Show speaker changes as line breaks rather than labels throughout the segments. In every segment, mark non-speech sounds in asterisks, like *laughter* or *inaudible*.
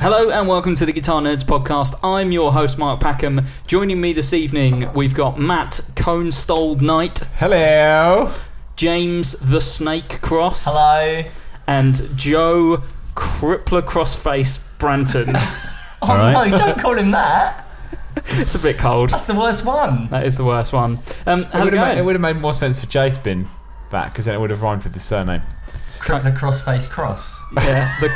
Hello and welcome to the Guitar Nerds podcast. I'm your host Mark Packham. Joining me this evening, we've got Matt Conestald Knight,
Hello.
James the Snake Cross,
Hello.
and Joe Crippler Crossface Branton.
Oh
right.
no, don't call him that.
it's a bit cold.
That's the worst one.
That is the worst one. Um,
It
how's it
would, have made, it
going?
would have made more sense for Jay to been back because then it would have rhymed with the surname.
Crippler crossface cross.
yeah, the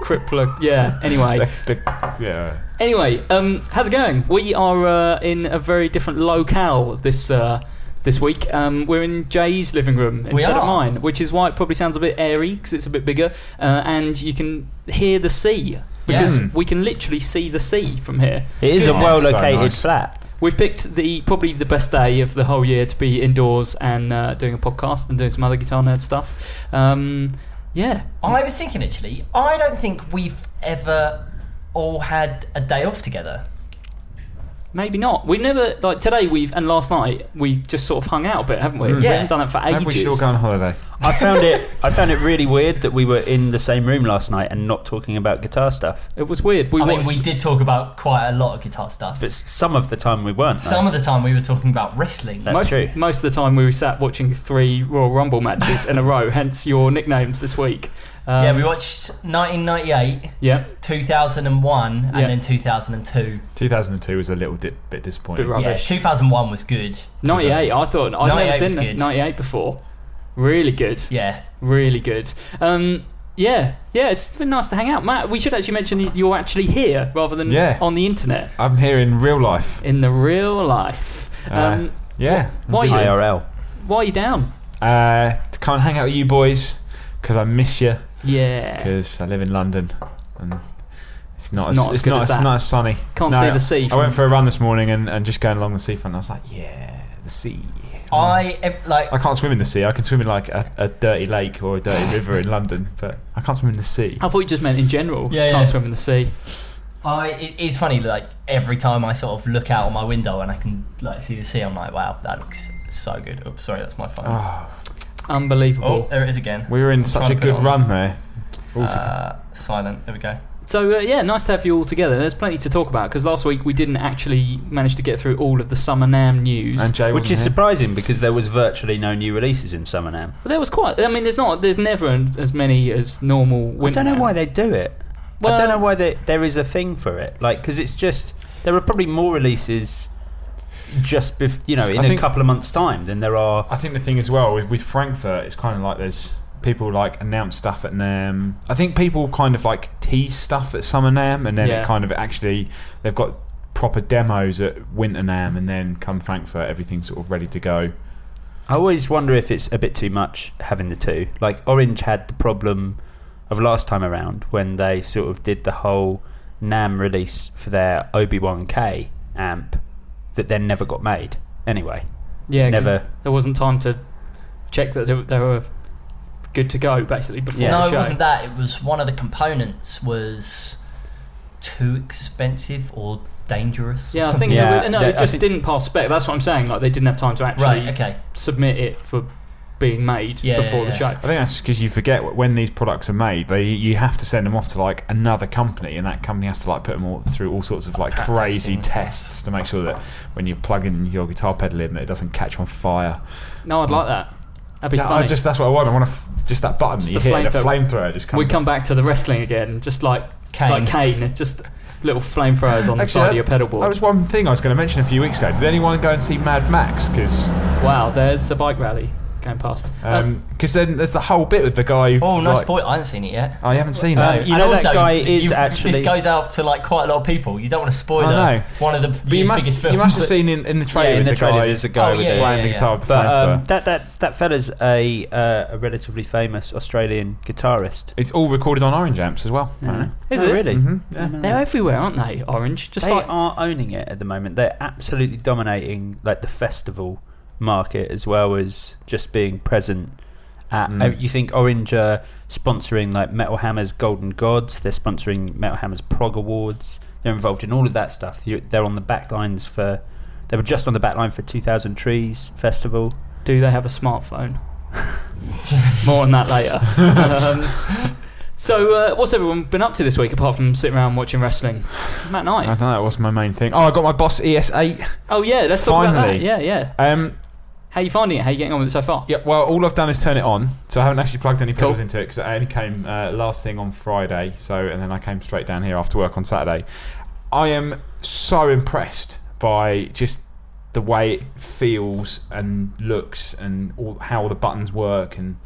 Crippler. Yeah. Anyway,
*laughs* The- yeah.
anyway, um, how's it going? We are uh, in a very different locale this. Uh, this week, um, we're in Jay's living room instead of
are.
mine, which is why it probably sounds a bit airy because it's a bit bigger, uh, and you can hear the sea because
Yeah.
we can literally see the sea from here.
It is a
good.
well
So
located
nice.
flat.
We've picked the probably the best day of the whole year to be indoors and uh, doing a podcast and doing some other guitar nerd stuff. Um, yeah,
I was thinking actually, I don't think we've ever all had a day off together.
Maybe not. We've never like today. We've and last night we just sort of hung out a bit, haven't we? We
Yeah.
haven't done that for
Maybe
ages.
Mm. we should all go on holiday.
I found it.
*laughs*
I found it really weird that we were in the same room last night and not talking about guitar stuff.
It was weird. We
I mean,
watched-
we did talk about quite a lot of guitar stuff.
But s- some of the time we weren't. though.
Some of the time we were talking about wrestling.
That's
most,
true.
Most of the time we were sat watching three Royal Rumble matches
*laughs*
in a row. Hence your nicknames this week. Um,
yeah, we watched 1998,
Yeah,
2001,
Yeah.
and then 2002.
2002 was a little di- bit disappointing.
Bit rough. Rubbish.
Yeah, 2001 was good.
ninety-eight. I thought I'd
98
never
was
seen
good.
ninety-eight before. Really good.
Yeah.
Really good. Um, yeah, yeah. It's been nice to hang out, Matt. We should actually mention you're actually here rather than
Yeah.
on the internet
I'm here in real life.
in the real life.
Uh,
Um,
yeah.
why are you-
IRL.
why are you down?
Uh, to come and hang out with you boys because I miss you
Yeah.
because I live in London and it's
It's
not as,
not as
it's
good as
not as,
that.
not as sunny.
Can't
No,
see the sea.
I
From,
went for a run this morning and, and just going along the seafront. I was like, yeah, the sea.
I ev- like
I can't swim in the sea. I can swim in like a, a dirty lake or a dirty river in London, but I can't swim in the sea.
I thought you just meant in general.
Yeah,
can't
yeah.
swim in the sea.
I it, it's funny like every time I sort of look out of my window and I can like see the sea, I'm like, wow, that looks so good. Oops, sorry, that's my phone. Oh,
Unbelievable.
Oh.
there it is again.
Ah. We were in
I'm
such a
trying to put
good
it on.
run there. Also,
Uh, silent. There we go.
So uh, yeah, nice to have you all together. There's plenty to talk about because last week we didn't actually manage to get through all of the Summer Nam news.
and Jay
Which
wasn't
is
here.
surprising because there was virtually no new releases in Summer Now.
but there was quite. I mean, there's not. There's never an- as many as normal.
I
Winter
don't know
Nam.
why they do it. I
Well-
don't know why they, there is a thing for it. Like because it's just there are probably more releases just bef- you know in
I
a
think-
couple of months' time than there are.
I think the thing as well with, with Frankfurt, it's kind of like there's people like announce stuff at NAM. I think people kind of like tease stuff at Summer NAM, and then
Yeah.
it kind of actually they've got proper demos at Winter NAM, and then come Frankfurt, everything's sort of ready to go.
I always wonder if it's a bit too much having the two. Like Orange had the problem of last time around when they sort of did the whole Nam release for their Obi Wan K amp that then never got made. Anyway,
Yeah, 'cause
Never.
There wasn't time to check that they, were- they were good to go basically before
Yeah,
the
no,
show.
it wasn't that. It was one of the components was too expensive or dangerous. or
Yeah, I think
something.
Yeah,
they were- no,
they-
it
I
just
think-
didn't pass spec. That's what I'm saying. Like they didn't have time to actually
Right. Okay.
submit it for being made
Yeah,
before
yeah,
the
yeah.
show.
I think that's because you forget wh- when these products are made, they you have to send them off to like another company, and that company has to like put them all through all sorts of like
Practice
crazy
and stuff.
tests to make sure that when you're plugging your guitar pedal in, that it doesn't catch on fire.
No, I'd like that. That'd be
Yeah,
funny.
I just that's what I want. I want to f- just that button
Just
you
the
hit, and a
flamethrower.
flamethrower just comes.
we
up.
come back to the wrestling again, just like
Kane.
like Kane, just little flamethrowers on the side of your pedal
That
board.
was one thing I was going to mention a few weeks ago. Did anyone go and see Mad Max? Because
wow, there's a bike rally going past. Um,
then there's the whole bit with the guy.
Oh, nice
like-
point. Uh, I haven't seen it yet.
I haven't seen
Um,
that.
you know that guy is
you-
actually-
*laughs* This goes out to like quite a lot of people. You don't want to spoil
I know.
one of the
but you
year's
must,
biggest films.
you must have seen in, in the trailer
Yeah, in
with
the
the,
trailer
guy
there's a guy
Oh, with yeah, the-
playing
yeah,
the
yeah.
guitar with the
But
flamethrower.
um, that that that fella's a uh, a relatively famous Australian guitarist.
it's all recorded on Orange Amps as well. apparently.
Is
Oh,
it?
really?
Mhm,
Yeah.
they're everywhere, aren't they? Orange, just
they
like
are owning it at the moment. They're absolutely dominating like the festival market as well as just being present. At,
Mm.
uh, you think Orange are sponsoring like Metal Hammer's Golden Gods? They're sponsoring Metal Hammer's Prog Awards. They're involved in all of that stuff. You- They're on the back lines for. They were just on the back line for 2000 Trees Festival.
do they have a
*laughs*
smartphone? More on that later. um, so, uh, what's everyone been up to this week apart from sitting around watching wrestling? Matt Knight.
I think that was my main thing. Oh, I got my Boss ES8.
Oh yeah, let's talk about that.
Finally.
Yeah, yeah.
Um,
How you finding it? How you getting on with it so far?
yeah, well, all I've done is turn it on, so I haven't actually plugged any pedals
Cool.
into it because it only came uh, last thing on Friday. So, and then I came straight down here after work on Saturday. I am so impressed by just the way it feels and looks, and all, how all the buttons work, and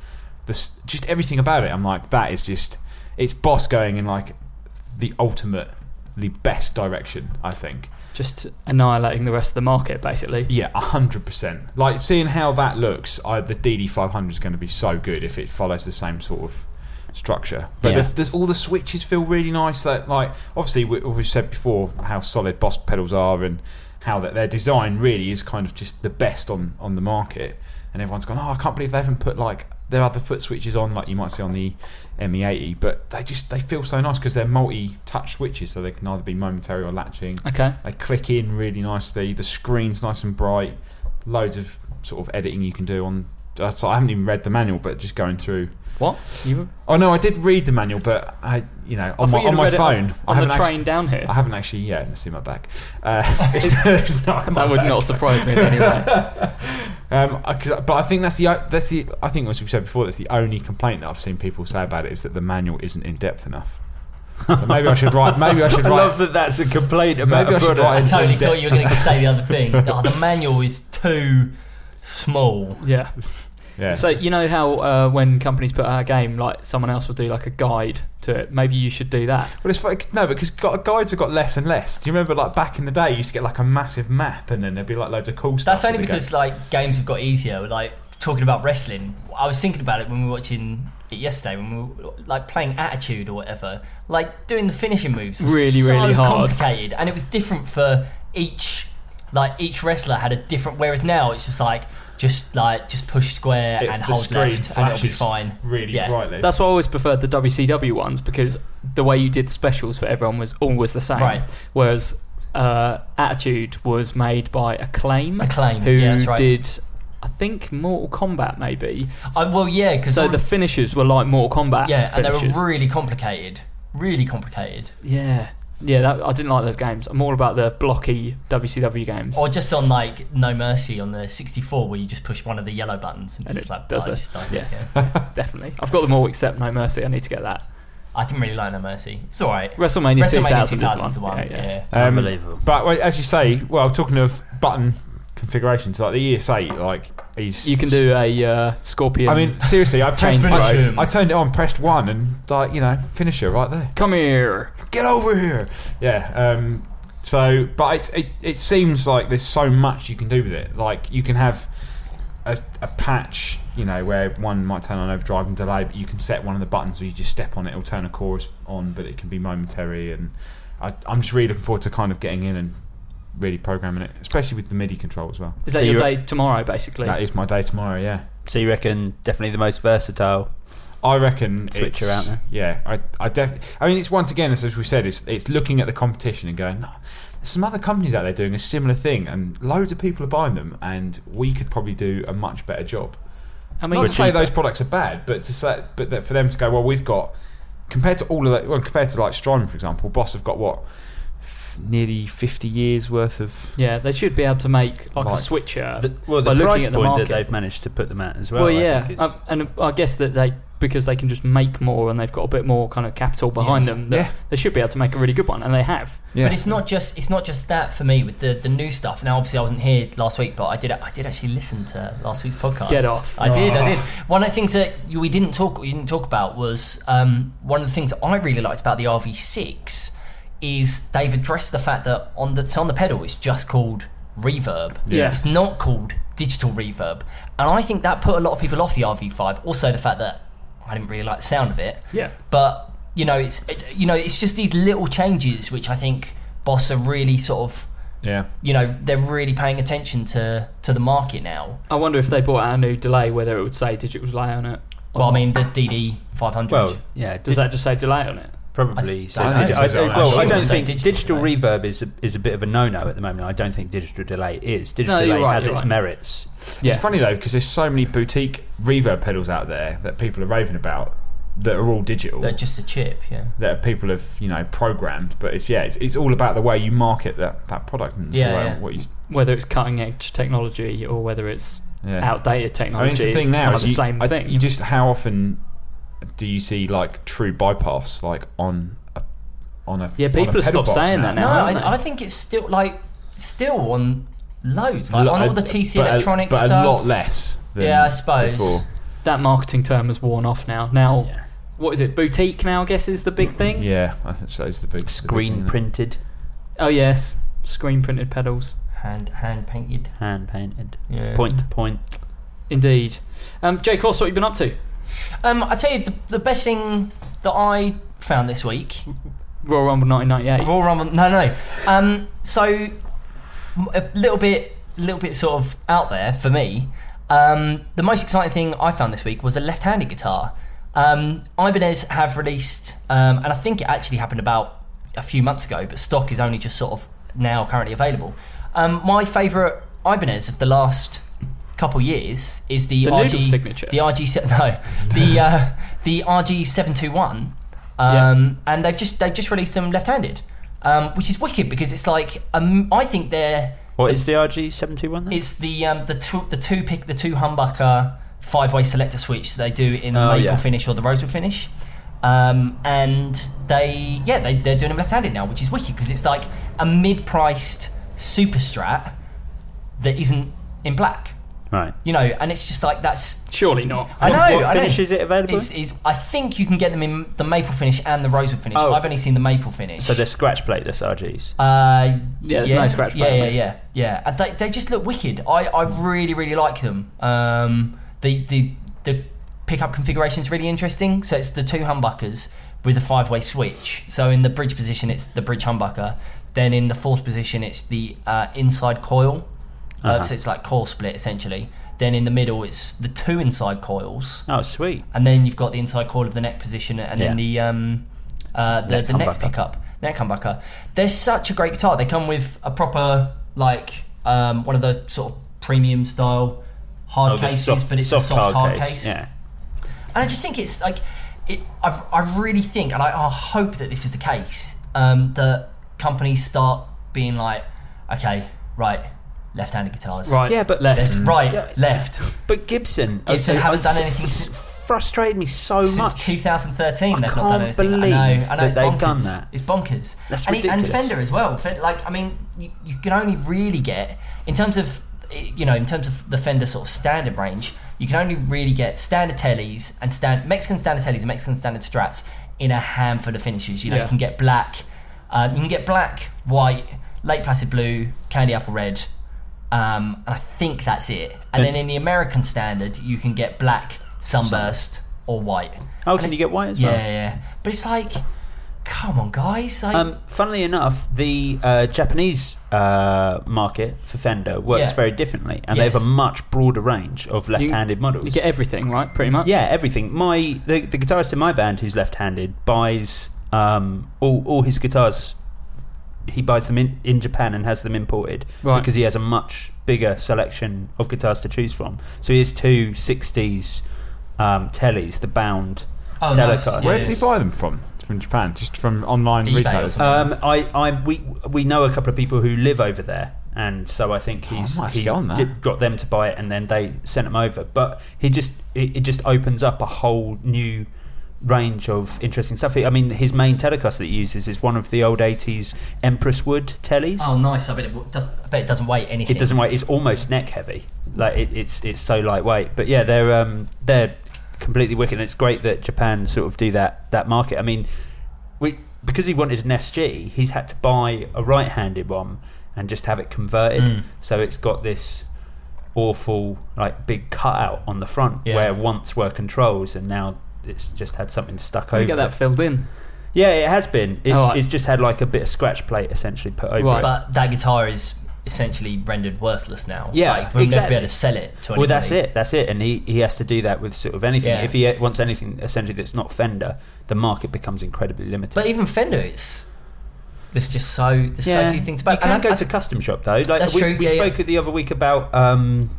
the, s- just everything about it. I'm like, that is just it's Boss going in like the ultimately best direction. I think.
Just annihilating the rest of the market, basically.
Yeah, hundred percent. Like seeing how that looks, I, the DD five hundred is going to be so good if it follows the same sort of structure. But
Yeah.
there's, there's, all the switches feel really nice. That like obviously we, we've said before how solid Boss pedals are and how that their design really is kind of just the best on on the market. And everyone's gone, oh, I can't believe they haven't put like their other foot switches on, like you might see on the ME80. But they just they feel so nice because they're multi-touch switches, so they can either be momentary or latching.
Okay.
They click in really nicely. The screen's nice and bright. Loads of sort of editing you can do on. uh, So I haven't even read the manual, but just going through.
What? You
Oh no, I did read the manual, but I, you know,
I
on
thought
my
you'd
on my
read it
phone.
on,
I
on
haven't
the
actu-
train down here?
I haven't actually. Yeah, let's see my back. Uh,
*laughs*
*laughs* it's, it's not. in my
That would
bag.
not surprise me in any
*laughs*
way.
Um, I- 'cause- but I think that's the o- that's the I think as we said before, that's the only complaint that I've seen people say about it is that the manual isn't in depth enough. So maybe I should write. Maybe I
*laughs*
should
I
write.
love that that's a complaint about
Maybe
a
I should
product.
write
I
a- *laughs*
totally
Yeah.
thought you were going to say the other
*laughs*
thing. Oh, the manual is too small.
Yeah.
yeah.
So you know how uh, when companies put out a game, like someone else will do like a guide to it. Maybe you should do that.
Well, it's like, no, because gu- guides have got less and less. Do you remember, like back in the day, you used to get like a massive map, and then there'd be like loads of cool stuff.
That's only
with the
because
game.
like games have got easier. Like talking about wrestling, I was thinking about it when we were watching it yesterday. When we were like playing Attitude or whatever, like doing the finishing moves was
Really,
so
really hard.
complicated, and it was different for each. Like each wrestler had a different. Whereas now it's just like just like just push square
It-
and
the
hold
screen
left, and it'll be
flashes
fine.
Really
yeah.
brightly.
That's why I always preferred the WCW ones because the way you did the specials for everyone was always the same.
Right.
Whereas uh, Attitude was made by Acclaim.
Acclaim,
Who
yeah, that's right.
did, I think, Mortal Kombat maybe.
Uh, well, yeah, because
So the finishers were like Mortal *laughs* Kombat.
yeah, and they
finishes.
were really complicated, really complicated.
yeah. Yeah, that, I didn't like those games. I'm all about the blocky WCW games.
Or just on like No Mercy on the 64, where you just push one of the yellow buttons and,
And
just
it
like
does
oh,
it.
it just does it.
Yeah.
yeah. *laughs*
Definitely. I've got them all except No Mercy. I need to get that.
I didn't really like No Mercy. It's all right.
WrestleMania,
WrestleMania
2000
2000
is
is the one.
Yeah, yeah.
yeah.
Um,
Unbelievable.
But well, as you say, well, talking of button configurations, like the ES8, like he's
You can do a uh, Scorpion.
I mean, seriously, I pressed.
Change
I,
function.
I turned it on, pressed one, and like you know, finisher right there.
come here.
get over here. Yeah. Um, so, but it, it it seems like there's so much you can do with it. Like you can have a, a patch, you know, where one might turn on overdrive and delay, but you can set one of the buttons where you just step on it, it'll turn a chorus on, but it can be momentary. And I, I'm just really looking forward to kind of getting in and really programming it, especially with the MIDI control as well.
Is that
So
your
you're-
day tomorrow, basically?
That is my day tomorrow. Yeah.
So you reckon definitely the most versatile?
I reckon
Switch
it's-
her out there.
Yeah, I, I definitely. I mean, it's once again, as we said, it's it's looking at the competition and going, no, there's some other companies out there doing a similar thing, and loads of people are buying them, and we could probably do a much better job.
I mean,
Not to say those products are bad, but to say, but that for them to go, well, we've got compared to all of that, well, compared to like Strymon, for example, Boss have got what f- nearly fifty years worth of.
yeah, they should be able to make like, a
Like-
switcher.
The, well, the
By looking
price
at the
point
market.
that they've managed to put them at as well.
well,
I
yeah, um,
think is-
I- and I guess that they because they can just make more and they've got a bit more kind of capital behind them. That
Yeah.
They should be able to make a really good one, and they have.
Yeah.
But it's not just it's not just that for me with the, the new stuff. Now, obviously, I wasn't here last week, but I did I did actually listen to last week's podcast.
Get off.
I did, I did.
Oh.
One of the things that you- we didn't talk we didn't talk about was um, one of the things that I really liked about the RV6 is they've addressed the fact that on the so on the pedal it's just called reverb.
Yeah.
It's not called digital reverb, and I think that put a lot of people off the RV5. Also, the fact that I didn't really like the sound of it
Yeah.
but you know it's you know it's just these little changes which I think Boss are really sort of
Yeah.
you know they're really paying attention to to the market now.
I wonder if they bought out a new delay, whether it would say digital delay on it. or
Well, I
not.
mean the DD five hundred.
Well, yeah.
does
did-
that just say delay on it?
Probably.
I-
so
I
it's
don't
digi-
think so.
I- I- well,
I
I don't
wouldn't say
think
digital
digital, reverb is a, is a bit of a no no at the moment. I don't think digital delay is. Digital
No, you're
delay
right,
has
you're
its
right.
merits.
Yeah.
It's funny though because there's so many boutique reverb pedals out there that people are raving about that are all digital.
they're just a chip, yeah.
that people have you know programmed, but it's yeah, it's, it's all about the way you market that, that product and the
Yeah,
way-
yeah.
what you
Whether it's cutting edge technology or whether it's
yeah.
outdated
I mean, it's
technology,
the thing now.
kind of
is
the
you,
same
I-
thing.
You just how often do you see like true bypass like on a on a
Yeah,
on a
people have
pedal
stopped
box
saying that now.
No,
aren't they?
I, I think it's still like still on loads, like
Lo-
"Oh,
uh,
on all the
uh,
but
TC
a-
electronic
but
stuff.
a lot less. Than
Yeah, I suppose.
Before.
that marketing term has worn off now. Now,
Oh,
what is it? Boutique now, I guess, is the big thing.
Yeah, I think those are the big the big
Screen
thing,
printed,
Oh, yes. Screen printed pedals.
Hand hand painted.
hand painted,
Yeah.
point to point.
Indeed. Um, Jake Ross, what have you been up to?
Um, I tell you the, the best thing that I found this week
Royal Rumble 1998.
Raw Rumble. No, no. Um, so m- a little bit, little bit sort of out there for me. Um, the most exciting thing I found this week was a left-handed guitar. Um, Ibanez have released, um, and I think it actually happened about a few months ago, but stock is only just sort of now currently available. Um, my favourite Ibanez of the last couple years is the,
The
RG
noodle signature.
The RG se- *laughs* no, the uh, the RG seven two one. Um, and they've just they've just released them left-handed, um, which is wicked because it's like um, I think they're
What is the RG seven two one?
it's the um, the two, the two pick the two humbucker five way selector switch that they do in the
Oh,
maple
yeah.
finish or the rosewood finish, um, and they yeah they they're doing them left-handed now, which is wicked because it's like a mid-priced super strat that isn't in black,
Right.
you know, and it's just like that's
Surely not.
I know.
What- what
I know.
finish is it available
It's, it's, I think you can get them in the maple finish and the rosewood finish.
Oh.
I've only seen the maple finish.
So they're scratch plateless RGs.
Uh,
Yeah, there's no scratch
Yeah,
plate,
yeah,
mate.
yeah, yeah. And They, they just look wicked. I, I really, really like them. Um, the the the pickup configuration is really interesting. So it's the two humbuckers with a five way switch. So in the bridge position, it's the bridge humbucker. Then in the fourth position, it's the uh, inside coil. Uh,
Uh-huh.
So it's like coil split essentially. Then in the middle, it's the two inside coils
Oh, sweet.
and then you've got the inside coil of the neck position, and then the um, uh, the neck, the neck
humbucker.
pickup, neck humbucker. They're such a great guitar. They come with a proper like um, one of the sort of premium style hard
Oh, the
cases,
soft-
but it's
soft
a soft hard, case.
Yeah.
And I just think it's like, it, I, I really think, and I, I hope that this is the case, um, that companies start being like, okay, right, left-handed guitars,
Right.
Yeah, but
left, right, left.
But Gibson,
Gibson
I'd say-
haven't done
it's
anything
Frustrated me so
since
much.
2013
I
they've not done
can't
anything.
believe
I know, I know
that
it's
they've
bonkers.
done that.
It's bonkers.
That's
and, and
ridiculous.
Fender as well. Fe- Like I mean, you, you can only really get in terms of you know in terms of the Fender sort of standard range, you can only really get standard tellies and stand Mexican standard tellies and Mexican standard strats in a handful of finishes. You know,
Yeah.
you can get black, um, you can get black, white, late placid blue, candy apple red. Um, and I think that's it. And then in the American standard, you can get black, sunburst, or white.
Oh, can
And it's-
you get white as
yeah,
well?
Yeah, yeah. But it's like, come on, guys. Like,
Um, funnily enough, the uh, Japanese uh, market for Fender works
Yeah.
very differently, and
Yes.
they have a much broader range of left-handed models.
You get everything, right? Pretty much.
yeah, everything. My the, the guitarist in my band who's left-handed buys um, all all his guitars. He buys them in, in Japan and has them imported
Right.
because he has a much bigger selection of guitars to choose from. So he has two 60s um, tellies, the bound
Oh, nice.
Telecaster.
Where does he
Yes.
buy them from? From Japan, just from online
eBay or
retailers.
something.
Um, I, I, we, we know a couple of people who live over there, and so I think he's
Oh, I might have to
he's
get on that.
di- got them to buy it, and then they sent him over. But he just it, it just opens up a whole new range of interesting stuff. I mean, his main telecaster that he uses is one of the old '80s Empress Wood tellies.
Oh, nice. I bet it, w- does, I bet it doesn't weigh anything.
It doesn't weigh. It's almost neck heavy. Like it, it's it's so lightweight. But yeah, they're um they're completely wicked. And it's great that Japan sort of do that that market. I mean, we because he wanted an SG, he's had to buy a right-handed one and just have it converted.
Hmm.
So it's got this awful like big cutout on the front
Yeah.
where once were controls and now it's just had something stuck over.
You get
it.
that filled in.
Yeah, it has been. It's,
Alright.
it's just had like a bit of scratch plate essentially put over
Right.
it.
But that guitar is essentially rendered worthless now.
Yeah,
like, we'll never be
exactly.
able to sell it to anybody.
Well, that's it. That's it. And he, he has to do that with sort of anything.
Yeah.
If he wants anything essentially that's not Fender, the market becomes incredibly limited.
But even Fender, it's there's just so there's so few things about.
you can
and I-
go
I-
to custom shop though. Like
That's
we,
true,
we
yeah,
spoke the other week about um,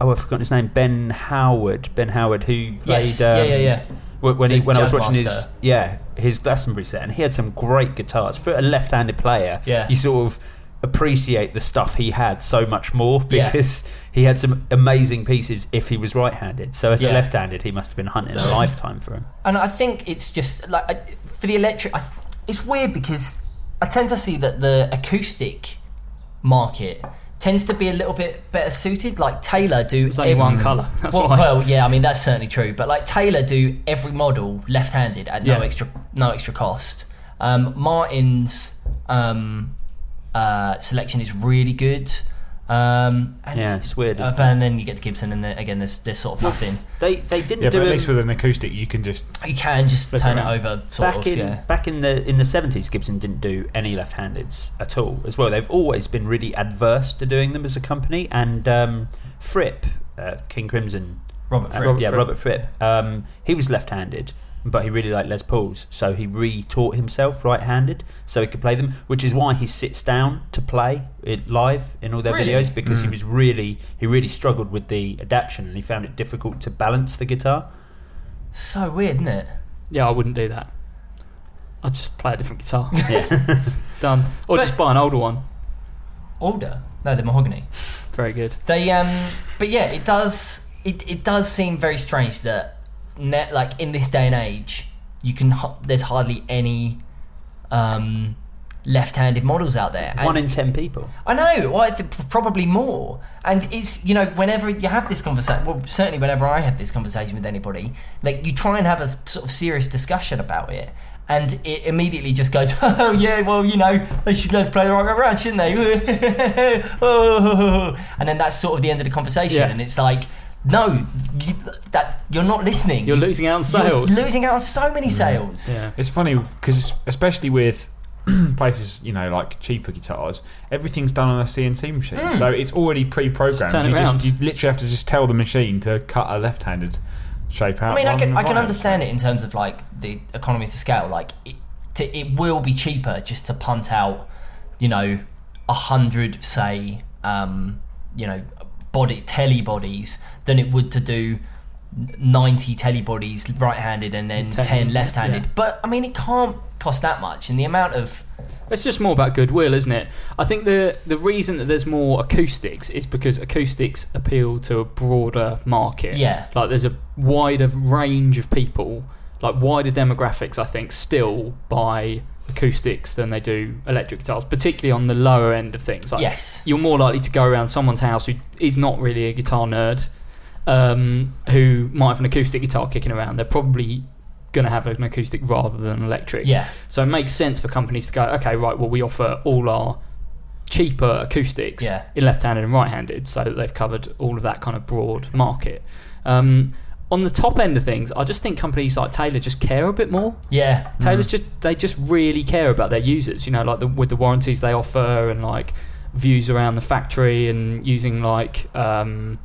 oh I've forgotten his name Ben Howard. Ben Howard who played
Yes,
um,
yeah, yeah, yeah.
wh- When, he,
The
when I was
jazz
watching his
master.
yeah his Glastonbury set and he had some great guitars for a left-handed player.
Yeah.
you sort of appreciate the stuff he had so much more
Yeah.
because he had some amazing pieces if he was right-handed. So as
Yeah.
a left-handed, he must have been hunting
*laughs*
a lifetime for him.
and I think it's just like I- for the electric. I, it's weird because I tend to see that the acoustic market tends to be a little bit better suited. Like Taylor do
It's only
ev-
one colour. That's
well,
why.
well, yeah, I mean that's certainly true. But like Taylor do every model left-handed at no
Yeah.
extra no extra cost. Um, Martin's um, uh, selection is really good. Um, and,
Yeah, it's weird.
uh,
Isn't it?
and then you get to Gibson, and then, again, there's there's sort of nothing.
They they didn't
Yeah,
do
but at
him-
least with an acoustic, you can just.
You can just
Flip
turn
around.
it over, sort
back
of.
in
yeah.
back in the in the seventies, Gibson didn't do any left-handeds at all. As well, they've always been really adverse to doing them as a company. And um, Fripp, uh, King Crimson,
Robert
uh,
Fripp.
yeah,
Fripp.
Robert Fripp. Um, he was left-handed, but he really liked Les Pauls, so he re-taught himself right-handed, so he could play them. Which is why he sits down to play it live in all their
Really?
videos because he
Mm.
was really he really struggled with the adaption and he found it difficult to balance the guitar.
So weird, isn't it?
Yeah, I wouldn't do that. I'd just play a different guitar. *laughs* Done. Or just buy an older one.
Older. No, they're mahogany.
Very good.
They um but yeah, it does it, it does seem very strange that net like in this day and age, you can h- there's hardly any um left-handed models out there. And-
One in ten people.
I know. Well, I th- probably more. And it's you know, whenever you have this conversation, well, certainly whenever I have this conversation with anybody, like you try and have a s- sort of serious discussion about it, and it immediately just goes, *laughs* oh yeah, well you know, they should learn to play the right way around, shouldn't they? *laughs* oh, and then that's sort of the end of the conversation,
Yeah.
and it's like. No, you, that's you're not listening.
You're losing out on sales. Mm.
You're losing out on so many sales.
yeah.
It's funny because especially with *clears throat* places, you know, like cheaper guitars, everything's done on a CNC machine,
Hmm.
so it's already pre-programmed.
Just turn it
you,
round.
just, you literally have to just tell the machine to cut a left-handed shape out.
I mean, I
rather
can,
than
I can
right.
understand it in terms of like the economies of scale. Like, it, to, it will be cheaper just to punt out, you know, a hundred, say, um, you know, body telebodies than it would to do ninety telebodies right-handed and then
Ten,
ten, left-handed.
yeah.
But I mean, it can't cost that much, and the amount of
It's just more about goodwill, isn't it? I think the the reason that there's more acoustics is because acoustics appeal to a broader market.
Yeah.
Like there's a wider range of people, like wider demographics I think still buy acoustics than they do electric guitars, particularly on the lower end of things. Like
Yes.
You're more likely to go around someone's house who is not really a guitar nerd, um, who might have an acoustic guitar kicking around. They're probably gonna have an acoustic rather than electric.
yeah,
So it makes sense for companies to go, okay, right, well, we offer all our cheaper acoustics
Yeah.
in left handed and right handed, so that they've covered all of that kind of broad market. Um, on the top end of things, I just think companies like Taylor just care a bit more.
yeah,
Taylor's just they just really care about their users, you know, like the, with the warranties they offer and like views around the factory and using like um,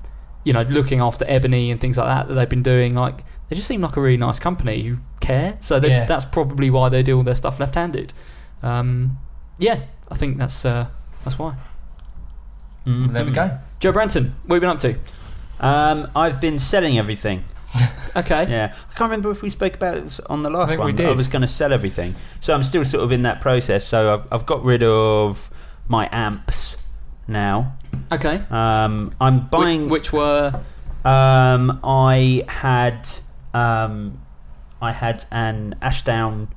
you know looking after ebony and things like that that they've been doing. Like they just seem like a really nice company who care. So they,
Yeah.
that's probably why they do all their stuff left-handed. Um, yeah, I think that's uh, that's why.
there we go.
Joe Branton, what have you been up to?
Um, I've been selling everything.
Okay,
Yeah, I can't remember if we spoke about it on the last
think
one.
we
but I
did.
was going to sell everything, so I'm still sort of in that process. So I've, I've got rid of my amps now.
Okay.
Um, I'm
Whi-
buying.
which, were
Um, I had um, I had an Ashdown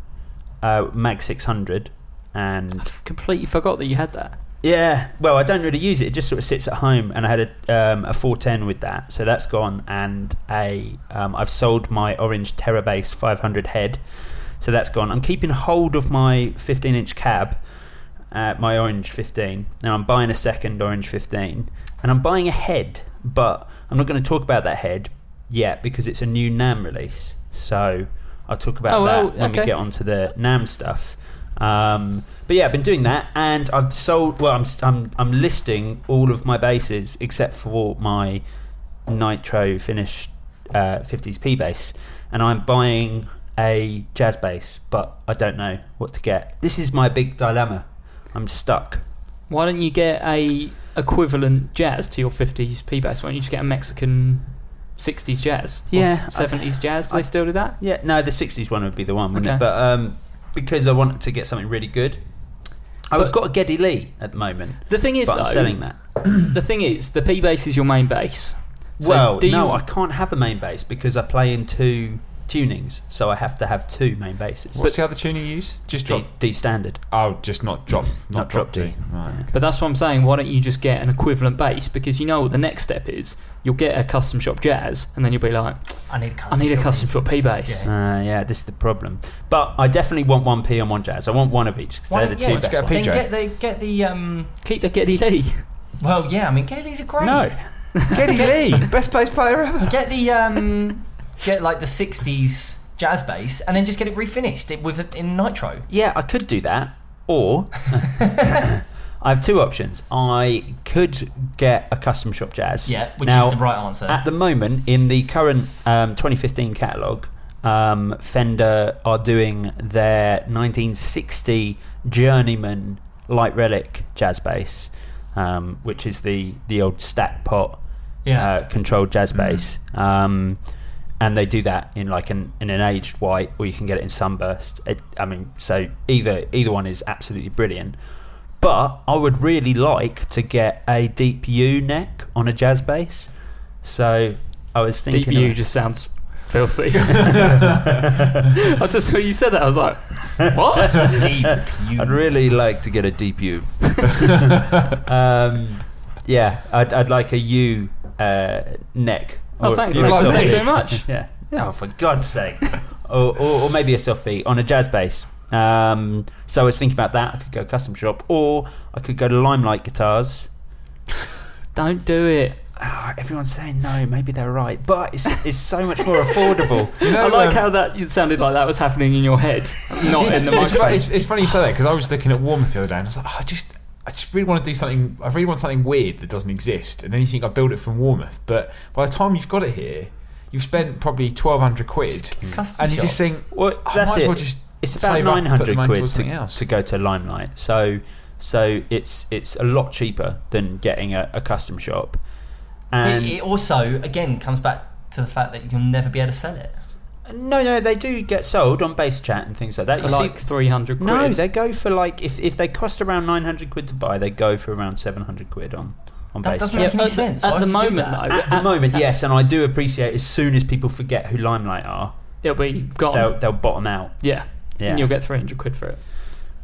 uh, Mag 600,
I
and
f- completely forgot that you had that.
yeah, well, I don't really use it. It just sort of sits at home, and I had a um, a 410 with that, so that's gone. And a um, I've sold my Orange Terrabase 500 head, so that's gone. I'm keeping hold of my 15 inch cab. Uh, my orange 15 and i'm buying a second orange 15 and i'm buying a head but i'm not going to talk about that head yet because it's a new nam release so i'll talk about
Oh,
that
well,
when we
okay.
get onto the nam stuff um, but yeah i've been doing that and i've sold well I'm, I'm, I'm listing all of my bases except for my nitro finish uh, 50s p bass and i'm buying a jazz bass but i don't know what to get this is my big dilemma i'm stuck
Why don't you get a equivalent jazz to your 50s P bass? Why don't you just get a Mexican 60s jazz? Or
Yeah,
s- 70s jazz? Do
I-
they still do that?
yeah no the 60s one would be the one wouldn't it
Okay.
but um, because i wanted to get something really good Oh, I've
But-
got a Geddy Lee at the moment,
The thing is,
but
though,
I'm selling that.
the thing is, the P bass is your main bass. So
well,
do
no,
you-
I can't have a main bass because I play in two tunings, so I have to have two main basses.
What's the other tune you use? Just
D,
drop.
D standard.
Oh, just not drop. Not,
Not drop D.
Right.
Yeah.
*laughs* But that's what I'm saying. Why don't you just get an equivalent bass? Because you know what the next step is. You'll get a custom shop jazz, and then you'll be like,
I need a custom.
I need a
shop.
custom shop P bass.
Yeah.
Uh, yeah, this is the problem. But I definitely want one P and one jazz. I want one of each 'cause
Why
they're the
don't- yeah,
two
just
best
get a
ones.
Then get the
PJ.
get the um.
Keep the Geddy Lee.
Well, yeah. I mean, Geddy's are great. *laughs*
No,
Geddy Lee, best bass player ever.
Get the um. get like the '60s jazz bass, and then just get it refinished it- with in nitro.
yeah, I could do that,
*laughs*
or *laughs* I have two options. I could get a custom shop jazz.
Yeah, which
Now,
is the right answer.
At the moment, in the current um, 2015 catalogue, um, Fender are doing their 1960 Journeyman Light Relic jazz bass, um, which is the, the old stack pot
Yeah. Mm-hmm.
uh, controlled jazz bass. Um, and they do that in like an in an aged white, or you can get it in sunburst. It, I mean, so either either one is absolutely brilliant. But I would really like to get a deep U neck on a jazz bass. So I was thinking,
Deep U
about-
just sounds
*laughs*
filthy. *laughs* I just when you said that, I was like, what?
*laughs*
Deep. You.
I'd
*laughs*
really like to get a deep U. um, yeah, I'd, I'd like a U uh, neck.
Oh,
Or-
thank
or
you.
a
Thank
soft
you
E.
so much.
Yeah.
Yeah.
Oh, for God's sake. or, or, or maybe a Sophie on a jazz bass. Um, so I was thinking about that. I could go custom shop, or I could go to Limelight Guitars.
Don't do it.
Ah, everyone's saying no. Maybe they're right, but it's it's so much more affordable.
I like
um,
how that it sounded like that was happening in your
*laughs*
head, not in the
it's, fu-
microphone.
it's, it's funny you say that because I was looking at Warmth the other day and I was like, oh, I just, I just really want to do something. I really want something weird that doesn't exist. And then you think I build it from Warmouth, but by the time you've got it here, you've spent probably twelve hundred quid,
Custom
and you
shop.
just think, "Oh,
Well,
I
that's
might
it.
as *laughs* well just.
it's about
save up, put
nine
the
hundred
money
quid
towards something
to,
else.
to go to Limelight. So so it's it's a lot cheaper than getting a, a custom shop.
But
And
it also again comes back to the fact that you'll never be able to sell it.
no, no, they do get sold on base chat and things like that.
for
You see-
like three hundred quid.
No, they go for like if, if they cost around nine hundred quid to buy, they go for around seven hundred quid on on
That
base.
doesn't
Yeah,
make any
at the-
sense.
at
Why
the
would you do
moment,
that?
though.
at the
At-
moment, yes, and I do appreciate as soon as people forget who Limelight are,
It'll be
Oh.
gone.
they'll they'll bottom out.
yeah.
Yeah,
and you'll get three hundred quid for it.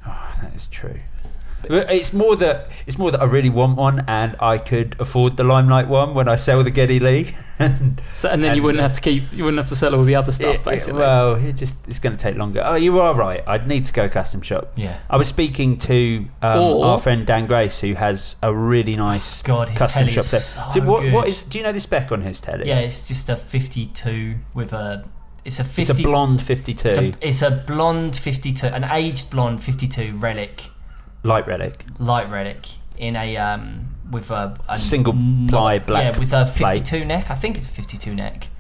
Oh, that is true. But It's more that it's more that I really want one, and I could afford the Limelight one when I sell the Geddy
*laughs*
Lee. and
So, and then
And-
you
uh,
wouldn't have to keep. You wouldn't have to sell all the other stuff,
it-
basically.
well, it just it's going to take longer. Oh, you are right. I'd need to go custom shop.
Yeah.
I was speaking to um,
Or-
our friend Dan Grace, who has a really nice
Oh, God, his
custom
telly
shop
is
there.
so
what,
good.
what is? Do you know the spec on his telly?
Yeah, it's just a 52 with a. It's a 50.
it's a blonde fifty-two,
It's a, it's a blonde 52, an aged blonde 52 relic,
light relic.
light relic in a um with a, a
Single ply black
Yeah, with a
plate.
52 neck. I think it's a 52 neck.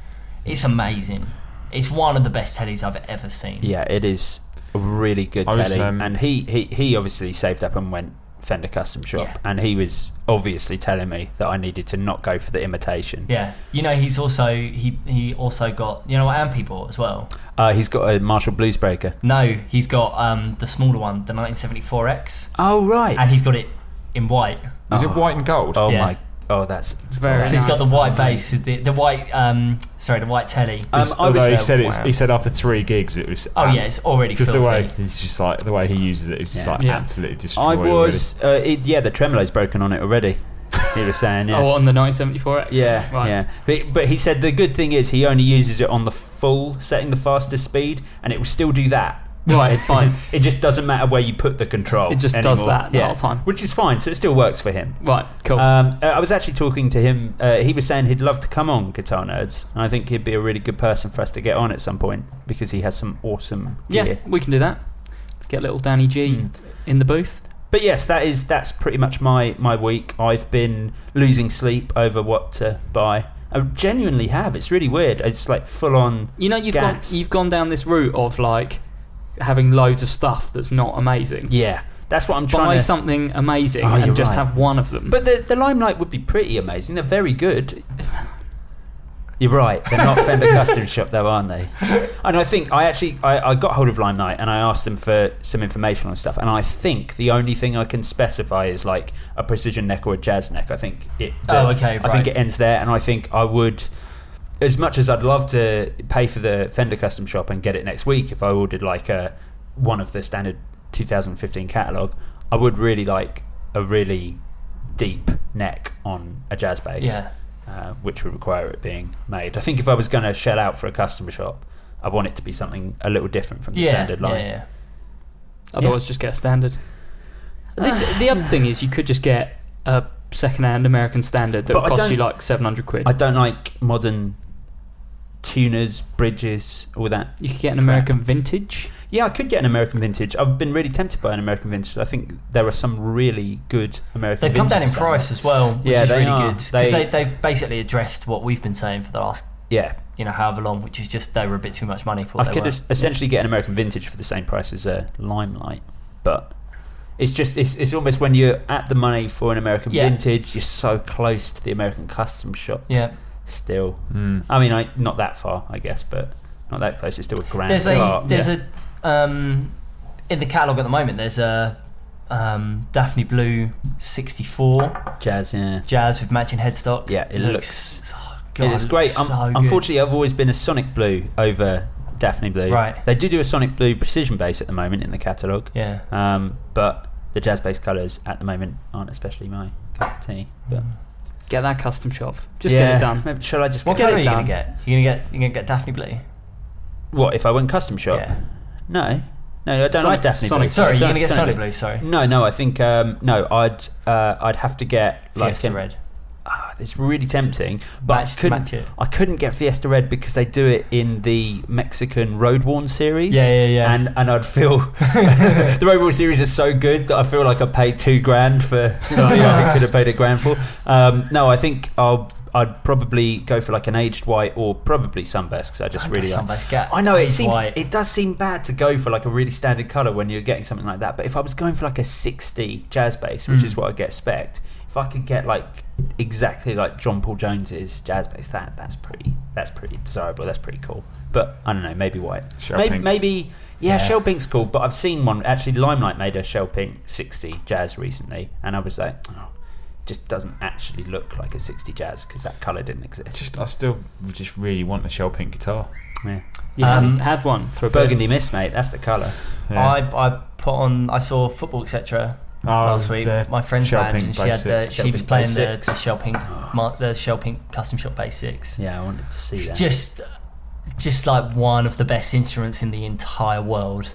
It's amazing. It's one of the best tellies I've ever seen.
Yeah, it is a really good
I was,
telly,
um,
and he, he he obviously saved up and went Fender custom shop,
Yeah.
and he was obviously telling me that I needed to not go for the imitation.
Yeah. You know, he's also he he also got you know what Ampy bought as well.
Uh, he's got a Marshall Blues breaker.
No, he's got um the smaller one, the 1974X,
Oh right,
and he's got it in white.
Is it white and gold?
Oh
Yeah.
my! Oh, that's
It's very.
So he's got
nice.
the white bass, the, the white, um, sorry, the white telly.
Oh.
Um, I was
Although he
there-
said it's,
wow.
he said after three gigs it was
oh
amped.
yeah, it's already
because
filthy.
the way he's just like the way he uses it is just
Yeah.
like
Yeah.
absolutely destroyed.
I was. Uh, it, yeah, the tremolo's broken on it already. he was saying, yeah,
*laughs* Oh, on the 974X.
yeah,
Right.
yeah. But, but he said the good thing is he only uses it on the full setting, the fastest speed, and it will still do that.
Right. Fine.
It just doesn't matter where you put the control.
It just does
anymore.
that the whole time.
which is fine. So it still works for him.
Right. Cool.
Um, uh, I was actually talking to him. Uh, he was saying he'd love to come on Guitar Nerds, and I think he'd be a really good person for us to get on at some point because he has some awesome
yeah,
gear.
we can do that. Get little Danny G
Hmm.
in the booth.
But yes, that is that's pretty much my my week. I've been losing sleep over what to buy. I genuinely have. It's really weird. It's like full on.
You know, you've
Gas.
gone you've gone down this route of like having loads of stuff that's not amazing.
Yeah, that's what I'm trying
Buy
to.
something amazing
Oh, you're
and just
right.
have one of them.
but the the limelight would be pretty amazing. They're very good. You're right. They're not
*laughs*
Fender Custom Shop, though, aren't they? And I think I actually I, I got hold of Limelight and I asked them for some information on stuff. And I think the only thing I can specify is like a precision neck or a jazz neck. I think it.
Oh,
the-
okay,
I think
right.
it ends there. And I think I would, as much as I'd love to pay for the Fender Custom Shop and get it next week, if I ordered like a one of the standard 2015 catalog, I would really like a really deep neck on a jazz bass
Yeah.
uh, which would require it being made. I think if I was going to shell out for a customer shop, I want it to be something a little different from the
yeah,
standard
yeah,
line.
yeah.
Otherwise, just get
*sighs*
a standard. This, the other thing is, you could just get a second-hand American standard that
But
would
I
cost you
don't-
like seven hundred quid.
I don't like modern tuners, bridges, all that.
you could get an American vintage.
Yeah, I could get an American vintage. I've been really tempted by an American vintage. I think there are some really good American.
They've come down in
vintages out
price
there.
as well, which
Yeah,
is
they
really
are.
good because
They-
they, they, have basically addressed what we've been saying for the last
Yeah,
you know however long, which is just they were a bit too much money for what
I
they
could
were.
es- essentially get an American vintage for the same price as a Limelight, but it's just it's, it's almost when you're at the money for an American
Yeah.
vintage, you're so close to the American custom shop
yeah,
still.
Mm.
I mean, I not that far, I guess, but not that close. It's still a grand
there's a
part.
there's
yeah.
a um, in the catalog at the moment. There's a um, Daphne Blue 64
jazz. Yeah,
jazz with matching headstock.
Yeah, it
oh, God,
it's great.
looks
Um,
so good.
unfortunately, I've always been a Sonic Blue over Daphne Blue.
Right.
They do do a Sonic Blue precision bass at the moment in the catalogue,
yeah.
um, but the jazz bass colours at the moment aren't especially my cup of tea. But
Get that custom shop. Just
Yeah.
get it done.
Maybe, shall I just
What
get
colour
it
are you
done?
gonna get? You're gonna get you're gonna get Daphne Blue.
What if Uh, I went custom shop?
Yeah.
No, no, I don't
Sonic-
like Daphne
Sonic-
Blue.
Sorry, you're gonna get Sonic
Sonic
Blue. Sorry,
No, no, I think um, no. I'd uh, I'd have to get like
Fiesta
an-
Red.
Ah, it's really tempting, but
Match-
I couldn't.
match it.
I couldn't get Fiesta Red because they do it in the Mexican Road Worn series.
Yeah, yeah, yeah.
And and I'd feel *laughs* the Road Worn series is so good that I feel like I paid two grand for something I could have paid a grand for. Um, no, I think I'll. I'd probably go for like an aged white or probably sunburst because I just
Don't
really
buy
like
sunburst, get
I know it
aged
seems
white.
it does seem bad to go for like a really standard color when you're getting something like that. But if I was going for like a 60 jazz bass, which is what I get spec'd, if I could get like exactly like John Paul Jones's jazz bass, that that's pretty that's pretty desirable. That's pretty cool. But I don't know, maybe white.
Shell
maybe,
pink.
maybe yeah, shell pink's cool. But I've seen one actually. Limelight made a shell pink 60 jazz recently, and I was like, oh, just doesn't actually look like a 60 jazz because that color didn't exist.
Just uh, I still just really want a shell pink guitar.
yeah.
You
Um,
haven't had one for a burgundy.
burgundy mist, mate. That's the color.
Yeah.
I, I put on I saw football etc.
Oh,
last week.
the
My friend's
Shell
band
Pink
and she had the,
basics.
she
Shell
was
Pink
playing the,
basics.
the shell pink mar- the shell pink custom shop basics.
Yeah, I wanted to see
It's
that.
just just like one of the best instruments in the entire world.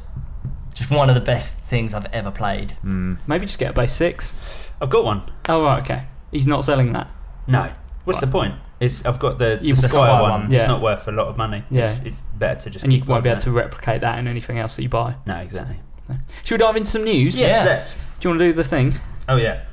Just one of the best things I've ever played.
Mm.
Maybe just get a base six.
I've got one.
Oh right, okay. He's not selling that.
No. What's the point? It's I've got the, the
You've
Squire,
got
Squire
one.
one.
It's
Yeah.
not worth a lot of money.
Yeah.
It's, it's better to just.
And you
keep
won't be
working
able to
on
replicate that in anything else that you buy.
it. No, exactly.
Should we dive into some news?
Yeah.
Let's.
Do you want to do the thing?
Oh yeah.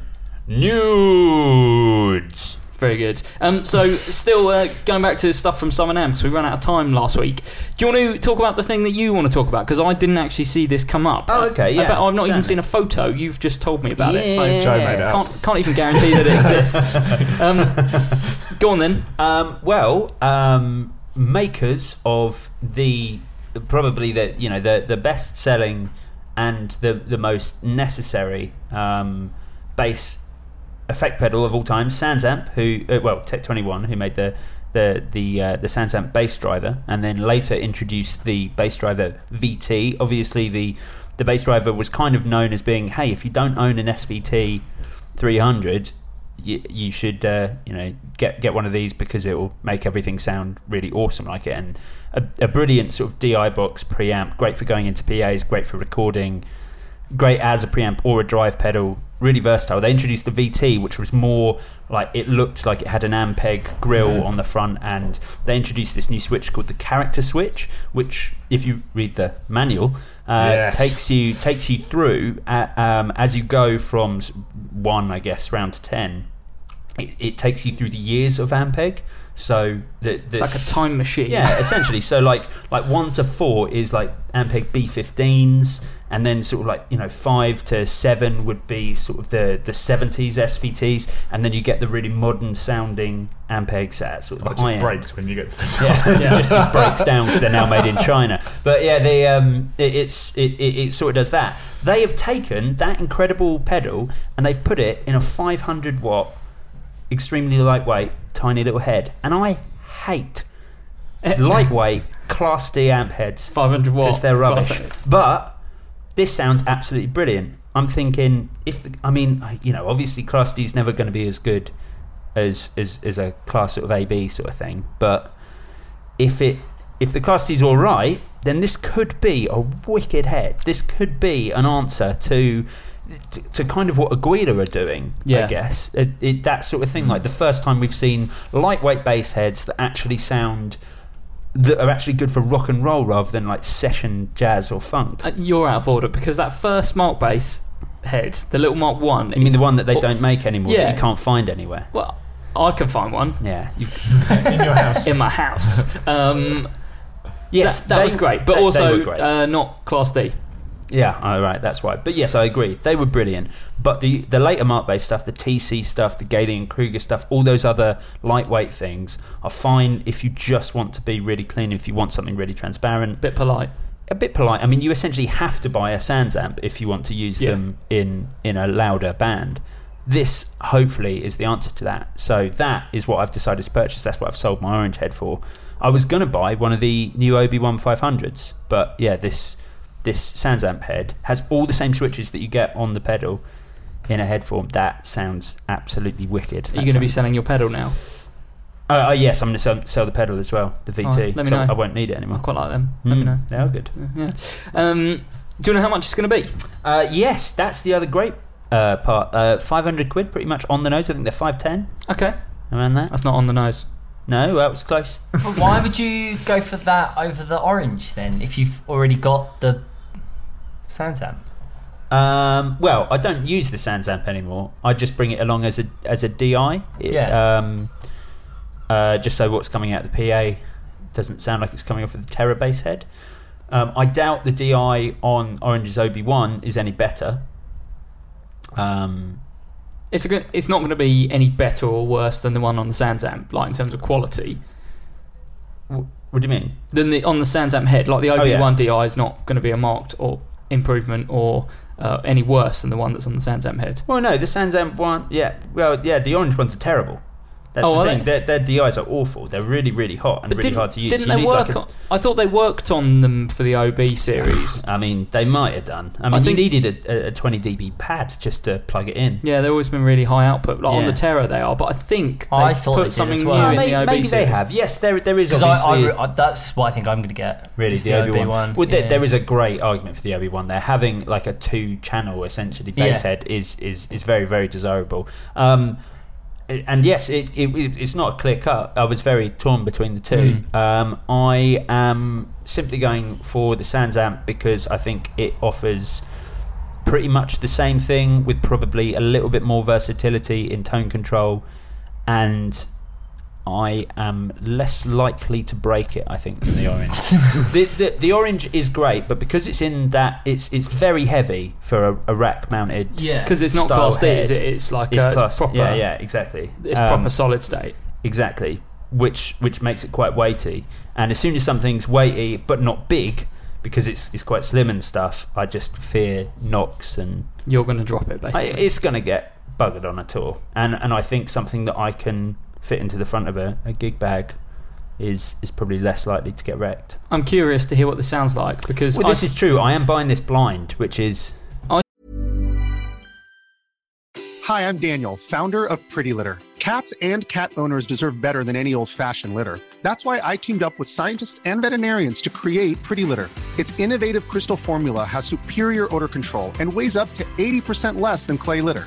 Nudes.
Very good. Um, so, still uh, going back to stuff from Summer Now because we ran out of time last week. Do you want to talk about the thing that you want to talk about? Because I didn't actually see this come up.
Oh, okay,
In
yeah,
fact, I've not even
certainly.
seen a photo. You've just told me about it. So
Joe made it up.
Can't, can't even guarantee that it
*laughs*
exists. Um, go on then.
Um, well, um, makers of the probably the you know the the best selling and the the most necessary um, bass effect pedal of all time, Sansamp, who uh, well Tech Twenty One, who made the the the uh, the Sansamp bass driver, and then later introduced the bass driver VT. Obviously, the the bass driver was kind of known as being, hey, if you don't own an SVT three hundred. You, you should, uh, you know, get get one of these because it will make everything sound really awesome like it. And a, a brilliant sort of DI box preamp, great for going into PAs, great for recording, great as a preamp or a drive pedal, really versatile. They introduced the VT, which was more like it looked like it had an Ampeg grill on the front, and they introduced this new switch called the character switch, which, if you read the manual, uh,
Yes.
takes you takes you through uh um, as you go from s- one, I guess, round to ten. It, it takes you through the years of Ampeg. So the, the
It's like a time machine.
yeah, essentially. So like like one to four is like Ampeg B15s, and then sort of like you know five to seven would be sort of the the 70s SVTs, and then you get the really modern sounding Ampegs at sort of the
It
high
just
end.
breaks when you get to the
*laughs*
top.
Yeah, it just, just breaks down because they're now made in China. But yeah, they um, it, it's it, it, it sort of does that. They have taken that incredible pedal and they've put it in a 500 watt, extremely lightweight, tiny little head, and I hate lightweight class D amp heads
500 watt.
because they're rubbish.
Class
But this sounds absolutely brilliant. I'm thinking if the, I mean I- you know obviously Class D is never going to be as good as as as a class sort of AB sort of thing, but if it if the Class D's all right, then this could be a wicked head. This could be an answer to. To, to kind of what Aguila are doing, I
Yeah.
guess it, it, that sort of thing. Like the first time we've seen lightweight bass heads that actually sound that are actually good for rock and roll rather than like session jazz or funk.
Uh, You're out of order because that first Mark Base head, the little Mark 1.
I mean, the one that they
well-
don't make anymore that
Yeah.
you can't find anywhere.
Well, I can find one
Yeah. You've,
in
*laughs*
your house.
in my house. Um,
yes,
that, that
they-
was great, but
they- they
also
were great.
Uh, not Class D.
yeah, all right, that's why. But yes, I agree. They were brilliant. But the the later Mark based stuff, the TC stuff, the Gailey and Kruger stuff, all those other lightweight things are fine if you just want to be really clean, if you want something really transparent.
Bit polite.
a bit polite. I mean, you essentially have to buy a Sans amp if you want to use
Yeah.
them in in a louder band. This hopefully is the answer to that. So that is what I've decided to purchase. That's what I've sold my orange head for. I was going to buy one of the new Obi One 500s, but yeah, this this Sans amp head has all the same switches that you get on the pedal in a head form. That sounds absolutely wicked.
Are you going to be selling your pedal now?
Uh, uh, yes, I'm going to sell, sell the pedal as well, the VT.
Alright, let me
so
know.
I won't need it
I
anymore.
quite like them. Let me
Mm,
know.
They are good.
Yeah. Um, do you know how much it's going to be?
Uh, yes, that's the other great uh, part. Uh, 500 quid, pretty much on the nose. I think they're 510,
Okay,
around that.
that's not on the nose.
No, well, it was close.
But why would you go for that over the orange then if you've already got the Sansamp?
Um, well, I don't use the Sans amp anymore. I just bring it along as a as a DI. It,
Yeah.
Um, uh, just so what's coming out of the PA doesn't sound like it's coming off of the Terra bass head. Um, I doubt the DI on Orange's Obi One is any better. Um,
It's a good. It's not going to be any better or worse than the one on the Sansamp, like in terms of quality.
wh- what do you mean?
Than the on the Sansamp head, like the
Oh, yeah.
OB1 DI is not going to be a marked or improvement or uh, any worse than the one that's on the Sansamp head.
Well, no, the Sansamp one, yeah, well, yeah, the orange ones are terrible. That's
Oh,
the
are
thing.
they?
Their, their DIs are awful. They're really, really hot and really
didn't,
hard to use.
didn't
You
they
need,
work?
like, a-
on, I thought they worked on them for the OB series.
I mean, they might have done. I mean,
think-
you needed a, a, a 20 dB pad just to plug it in.
Yeah, they've always been really high output. Like on
Yeah.
the Terra, they are, but I think they
I thought
put
they did
something
as well.
new
Oh,
in
maybe
the OB series.
they have. Yes, there, there is
Because I,
obviously
re- I, that's what I think I'm going to get.
really
It's
the Obi One.
one.
Well, there,
yeah.
there is a great argument for the Obi One. They're having like a two-channel essentially bass
Yeah.
head is is is very very desirable. Um, and yes, it, it it's not a clear cut. I was very torn between the two.
Hmm.
Um, I am simply going for the Sans amp because I think it offers pretty much the same thing with probably a little bit more versatility in tone control and I am less likely to break it I think than the orange
*laughs*
the, the, the orange is great but because it's in that it's it's very heavy for a, a rack mounted
Yeah.
because it's not
Style
class D. Is
head.
it? It's like
it's
uh,
class-
it's proper.
yeah yeah exactly
It's
Um,
proper solid state.
Exactly, which which makes it quite weighty. And as soon as something's weighty but not big, because it's it's quite slim and stuff, I just fear knocks and
You're going to drop it
I,
basically.
it's going to get buggered on at all. And and I think something that I can fit into the front of a, a gig bag is is probably less likely to get wrecked.
I'm curious to hear what this sounds like because
Well,
I
this is true. I am buying this blind, which is
Hi, I'm Daniel, founder of Pretty Litter. Cats and cat owners deserve better than any old fashioned litter. That's why I teamed up with scientists and veterinarians to create Pretty Litter. Its innovative crystal formula has superior odor control and weighs up to 80% less than clay litter.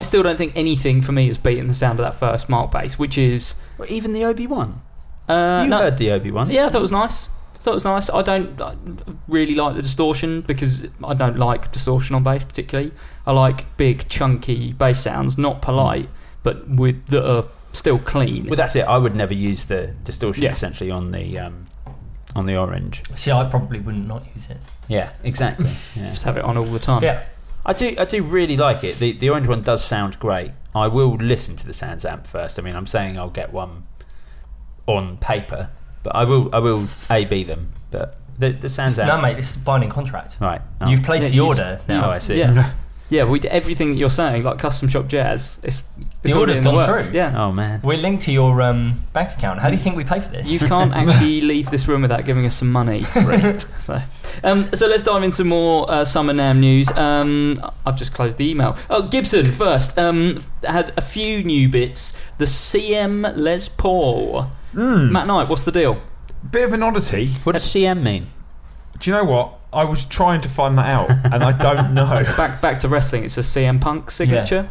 I still don't think anything for me is beating the sound of that first Mark bass, which is
well, even the Obi Wan.
uh,
you
no-
heard the Obi Wan?
Yeah, I thought it was nice. I thought it was nice. I don't uh, really like the distortion because I don't like distortion on bass particularly. I like big chunky bass sounds, not polite, but with that are still clean.
Well, that's it. I would never use the distortion
Yeah.
essentially on the um, on the orange.
See, I probably wouldn't not use it.
Yeah, exactly. Yeah.
just have it on all the time.
Yeah, I do. I do really like it. The the orange one does sound great. I will listen to the Sans amp first. I mean, I'm saying I'll get one on paper, but I will. I will A B them. But the the Sans amp.
No, mate, this is binding contract.
Right.
You've placed the order now.
Oh, I see.
Yeah. *laughs* Yeah, we d everything that you're saying, like custom shop jazz. It's, it's already
order's
in the
gone
works.
through.
Yeah,
Oh man.
We're linked to your um, bank account. How do you think we pay for this? *laughs*
you
*laughs*
can't actually leave this room without giving us some money. *laughs* so, um, so let's dive in some more uh, summer Nam news. Um, I've just closed the email. Oh, Gibson first um, had a few new bits. The CM Les Paul. Matt Knight, what's the deal?
Bit of an oddity.
What does CM mean?
Do you know what? I was trying to find that out, and I
*laughs*
don't know.
Back back to wrestling. It's a CM Punk signature.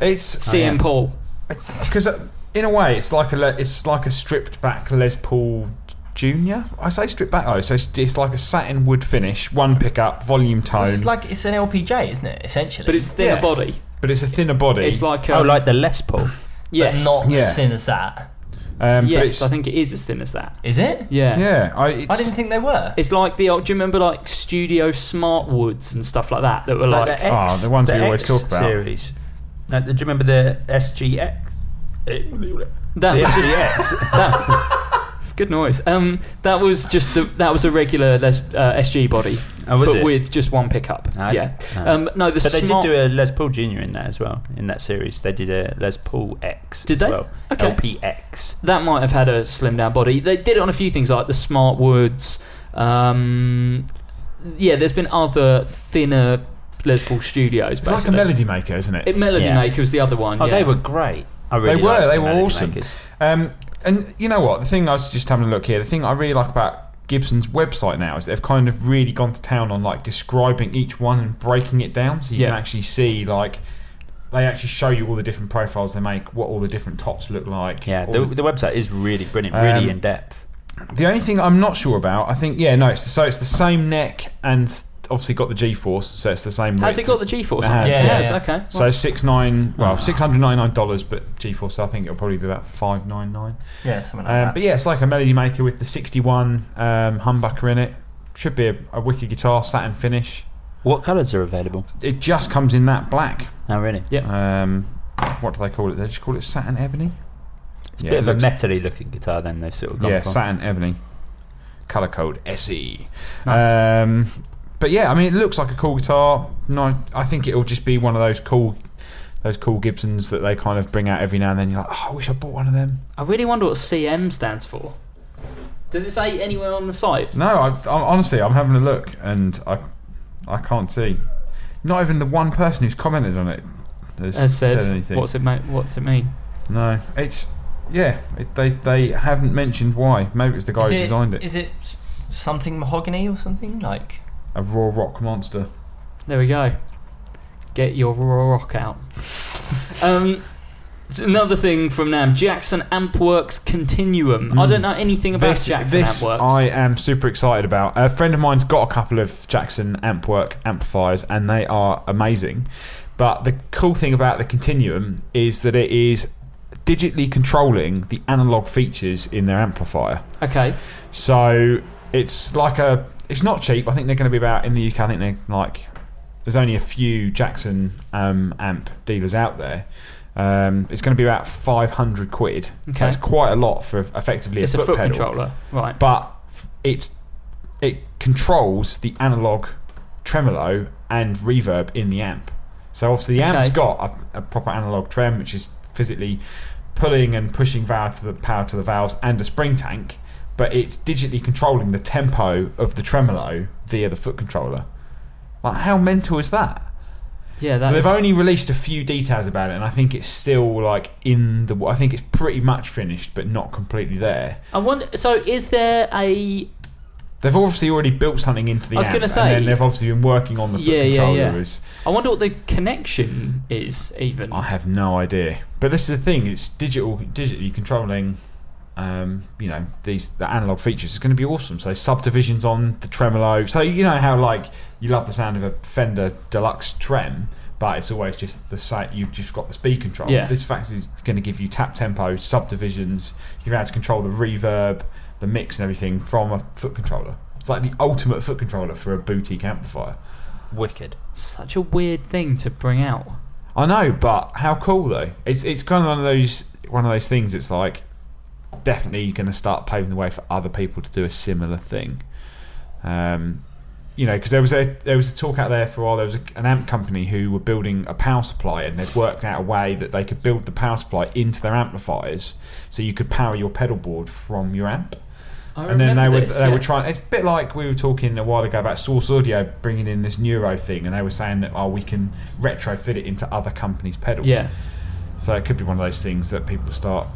It's
CM Paul.
because uh, in a way, it's like a le- it's like a stripped back Les Paul Junior. I say stripped back though, so it's, it's like a satin wood finish, one pickup, volume tone,
It's like it's an LPJ, isn't it? Essentially,
But it's thinner
Yeah.
body.
but it's a thinner body.
It's like a,
Oh, like the Les Paul.
yes,
not
Yeah.
as thin as that,
um, but
yes.
it's,
I think it is as thin as that.
is it?
Yeah.
Yeah, I, it's,
I didn't think they were.
It's like the old. Do you remember like Studio Smartwoods and stuff like that that were like,
the X-
Oh, the ones we always
X
talk about.
Series. No, do you remember the SGX?
that?
The
was just-
SGX.
*laughs* Good noise. Um, that was just the that was a regular Les, uh, SG body,
Oh, was
but
it?
with just one pickup.
Ah,
yeah.
okay.
Um, no, the
But they did
smart-
do a Les Paul Junior in that as well. In that series, they did a Les Paul X.
Did
as
they?
Well.
Okay.
LPX.
that might have had a slim down body. They did it on a few things like the Smartwoods. Um, yeah, there's been other thinner Les Paul studios.
it's like a
basically.
melody maker, isn't it?
It, Melody
Yeah.
Maker was the other one.
Oh,
yeah.
they were great. I really
they were,
liked
they
the
were
Melody
awesome.
Makers.
Um, and you know what? The thing I was just having a look here. The thing I really like about Gibson's website now is they've kind of really gone to town on like describing each one and breaking it down, so you can
Yeah.
actually see like they actually show you all the different profiles they make, what all the different tops look like.
Yeah,
all
the,
the-
the website is really brilliant, really
Um,
in depth.
the only thing I'm not sure about, I think, yeah, no, it's the, so it's the same neck and obviously got the G-force, so it's the same.
Has it
width.
got the G-force?
It
on it?
has,
Ah.
yeah,
Yes,
yeah.
Okay.
So six nine, well, six hundred ninety nine dollars, but G-force, I think it'll probably be about five nine nine.
Yeah, something like
Um,
that.
but yeah, it's like a melody maker with the 61 um, humbucker in it. Should be a, a wicked guitar, satin finish.
What colours are available?
It just comes in that black.
Oh, really?
Yeah.
Um, what do they call it? They just call it satin ebony.
It's a
Yeah,
bit of
it
a
looks-
metally looking guitar. Then they've sort of gone
yeah,
for.
satin ebony. Color code SE.
Nice.
E. Um, but yeah, I mean, it looks like a cool guitar. No, I think it'll just be one of those cool, those cool Gibsons that they kind of bring out every now and then. You're like, oh, I wish I bought one of them.
I really wonder what CM stands for. Does it say anywhere on the site?
No, I, I honestly, I'm having a look and I, I can't see. Not even the one person who's commented on it has,
Has said,
anything.
what's it ma- what's it mean?
No, it's yeah. It, they they haven't mentioned why. Maybe it's the guy
is
who
it,
designed it.
Is it s- something mahogany or something like?
a raw rock monster.
There we go. Get your raw rock
*laughs*
out. um, it's another thing from Nam Jackson Ampworks Continuum. I don't know anything about
Hmm. this,
Jackson
this
Ampworks.
I am super excited about. A friend of mine's got a couple of Jackson amp work amplifiers, and they are amazing. But the cool thing about the Continuum is that it is digitally controlling the analog features in their amplifier.
Okay.
So it's like a. It's not cheap. I think they're going to be about in the UK. I think they're like. There's only a few Jackson um, amp dealers out there. Um, it's going to be about 500 quid. So
Okay.
it's quite a lot for effectively
It's a
a foot,
foot
pedal.
controller, right?
But f- it's it controls the analog tremolo and reverb in the amp. So obviously the amp's
Okay.
got a, a proper analog trem, which is physically pulling and pushing valve to the power to the valves and a spring tank, but it's digitally controlling the tempo of the tremolo via the foot controller. Like how mental is that?
yeah,
So
that's
they've only released a few details about it, and I think it's still like in the. I think it's pretty much finished, but not completely there.
I wonder. So, is there a
They've obviously already built something into the
I was
app,
gonna
and
say-
then they've obviously been working on the foot
yeah, yeah,
controller.
yeah?
As,
I wonder what the connection is. Even
I have no idea, but this is the thing: it's digital, digitally controlling. Um, you know these the analog features is going to be awesome. So subdivisions on the tremolo. So you know how like you love the sound of a Fender Deluxe trem, but it's always just the site. You've just got the speed control.
Yeah.
This factory is going to give you tap tempo, subdivisions. You're able to control the reverb, the mix, and everything from a foot controller. It's like the ultimate foot controller for a boutique amplifier.
Wicked.
such a weird thing to bring out.
I know, but how cool though? It's it's kind of one of those one of those things. It's like definitely going to start paving the way for other people to do a similar thing. Um, you know, because there was a there was a talk out there for a while. There was a, an amp company who were building a power supply, and they'd worked out a way that they could build the power supply into their amplifiers, so you could power your pedal board from your amp.
I
and then they
remember
were
this,
they
yeah.
were trying. It's a bit like we were talking a while ago about Source Audio bringing in this Neuro thing, and they were saying that oh, we can retrofit it into other companies' pedals.
Yeah.
So it could be one of those things that people start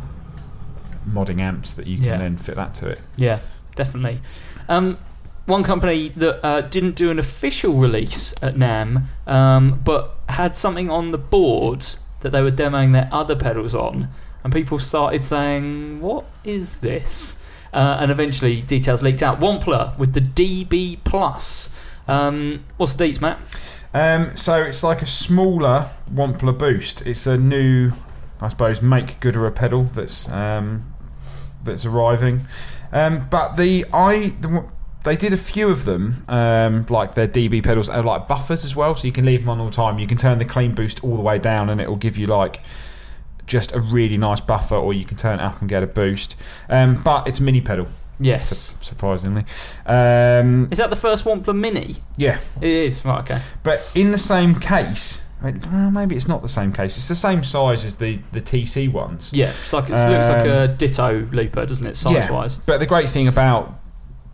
modding amps that you can
Yeah.
then fit that to it.
Yeah, definitely. Um, one company that uh, didn't do an official release at NAM, um, but had something on the board that they were demoing their other pedals on, and people started saying, "What is this?" Uh, and eventually, details leaked out. Wampler with the DB Plus. Um, what's the deets, Matt?
Um, so it's like a smaller Wampler Boost. It's a new, I suppose, make gooder pedal that's um, that's arriving. Um, but the I the, w- they did a few of them, um, like their DB pedals are like buffers as well, so you can leave them on all the time. You can turn the clean boost all the way down, and it will give you like just a really nice buffer, or you can turn it up and get a boost. Um, but it's a mini pedal,
Yes.
surprisingly. Um,
Is that the first Wampler Mini?
yeah,
It is. Right. Okay.
but in the same case, well, maybe it's not the same case. It's the same size as the, the TC ones.
Yeah. It's like it looks like
Um,
a Ditto looper, doesn't it? Size wise.
But the great thing about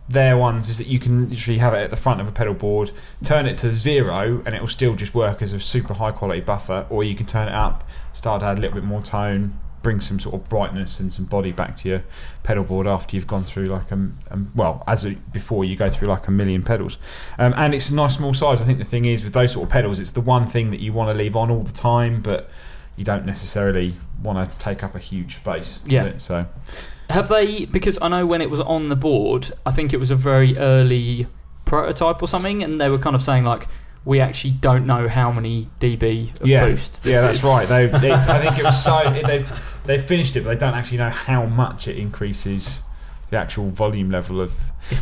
their ones is that you can literally have it at the front of a pedal board, turn it to zero, and it will still just work as a super high quality buffer. Or you can turn it up, start to add a little bit more tone, bring some sort of brightness and some body back to your pedal board after you've gone through like a m- a m- well as a, before you go through like a million pedals. Um, and it's a nice small size. I think the thing is with those sort of pedals, it's the one thing that you want to leave on all the time, but you don't necessarily want to take up a huge space. with
Yeah.
it, so.
Have they? Because I know when it was on the board, I think it was a very early prototype or something, and they were kind of saying like, we actually don't know how many dB of
yeah.
boost. This
yeah, that's
is.
right. They, they, I think
*laughs*
it was so they've they've finished it, but they don't actually know how much it increases the actual volume level of.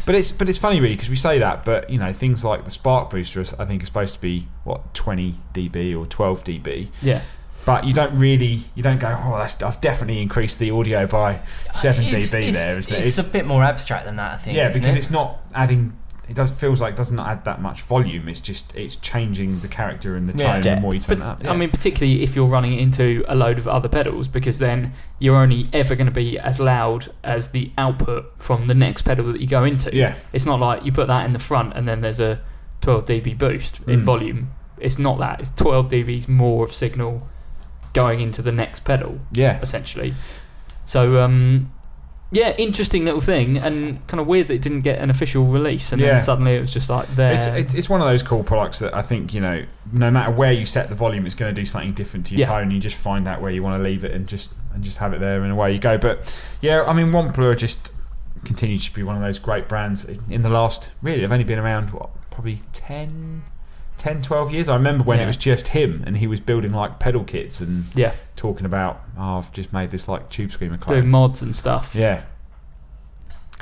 But it's but it's funny really because we say that, but you know things like the spark booster, is- I think, is supposed to be what 20 dB or 12 dB.
Yeah.
But you don't really, you don't go. Oh, that's, I've definitely increased the audio by seven
It's-
dB
it's-
there, isn't it?
It's, a bit more abstract than that, I think.
yeah,
isn't
because
it?
it's not adding it does feels like it doesn't add that much volume. It's just it's changing the character and the
Yeah.
tone the more you turn
But,
it up.
I mean, particularly if you're running it into a load of other pedals, because then you're only ever going to be as loud as the output from the next pedal that you go into.
Yeah.
It's not like you put that in the front and then there's a 12 dB boost in
Mm.
volume. It's not that. It's 12 dBs more of signal going into the next pedal.
Yeah.
Essentially. So, um, yeah, interesting little thing, and kind of weird that it didn't get an official release, and
Yeah.
then suddenly it was just like there.
It's, it- it's one of those cool products that I think you know. No matter where you set the volume, it's going to do something different to your
Yeah.
tone. You just find out where you want to leave it and just and just have it there, and away you go. But yeah, I mean, Wampler just continues to be one of those great brands. In the last, really, I've only been around what probably 10, 10 12 years. I remember when it
Yeah.
was just him, and he was building like pedal kits and
Yeah.
talking about oh, I've just made this like tube screamer clone.
doing mods and stuff.
Yeah,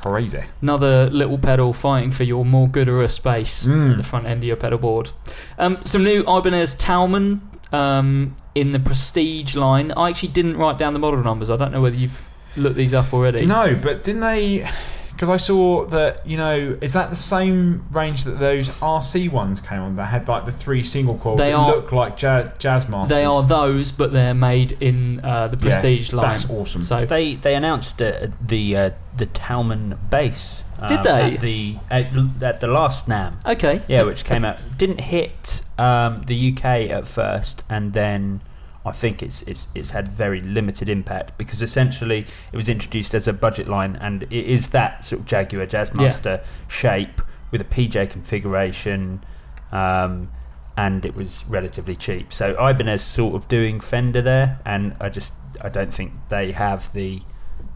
crazy.
Another little pedal fighting for your more gooder space
Mm.
at the front end of your pedal board. Um, some new Ibanez Talman um, in the Prestige line. I actually didn't write down the model numbers. I don't know whether you've looked these up already.
No, but didn't they? Because I saw that you know, is that the same range that those RC ones came on that had like the three single coils
They
that
are-
look like jazz, jazz masters?
They are those, but they're made in uh, the
Yeah,
Prestige line.
that's awesome.
So
they they announced uh, the uh, the Talman bass. um,
Did they?
at the at, at the last Nam?
Okay.
yeah, which came out didn't hit um, the UK at first, and then I think it's it's it's had very limited impact because essentially it was introduced as a budget line, and it is that sort of Jaguar Jazzmaster shape with a PJ configuration. Um, and it was relatively cheap. So Ibanez sort of doing Fender there, and I just I don't think they have the,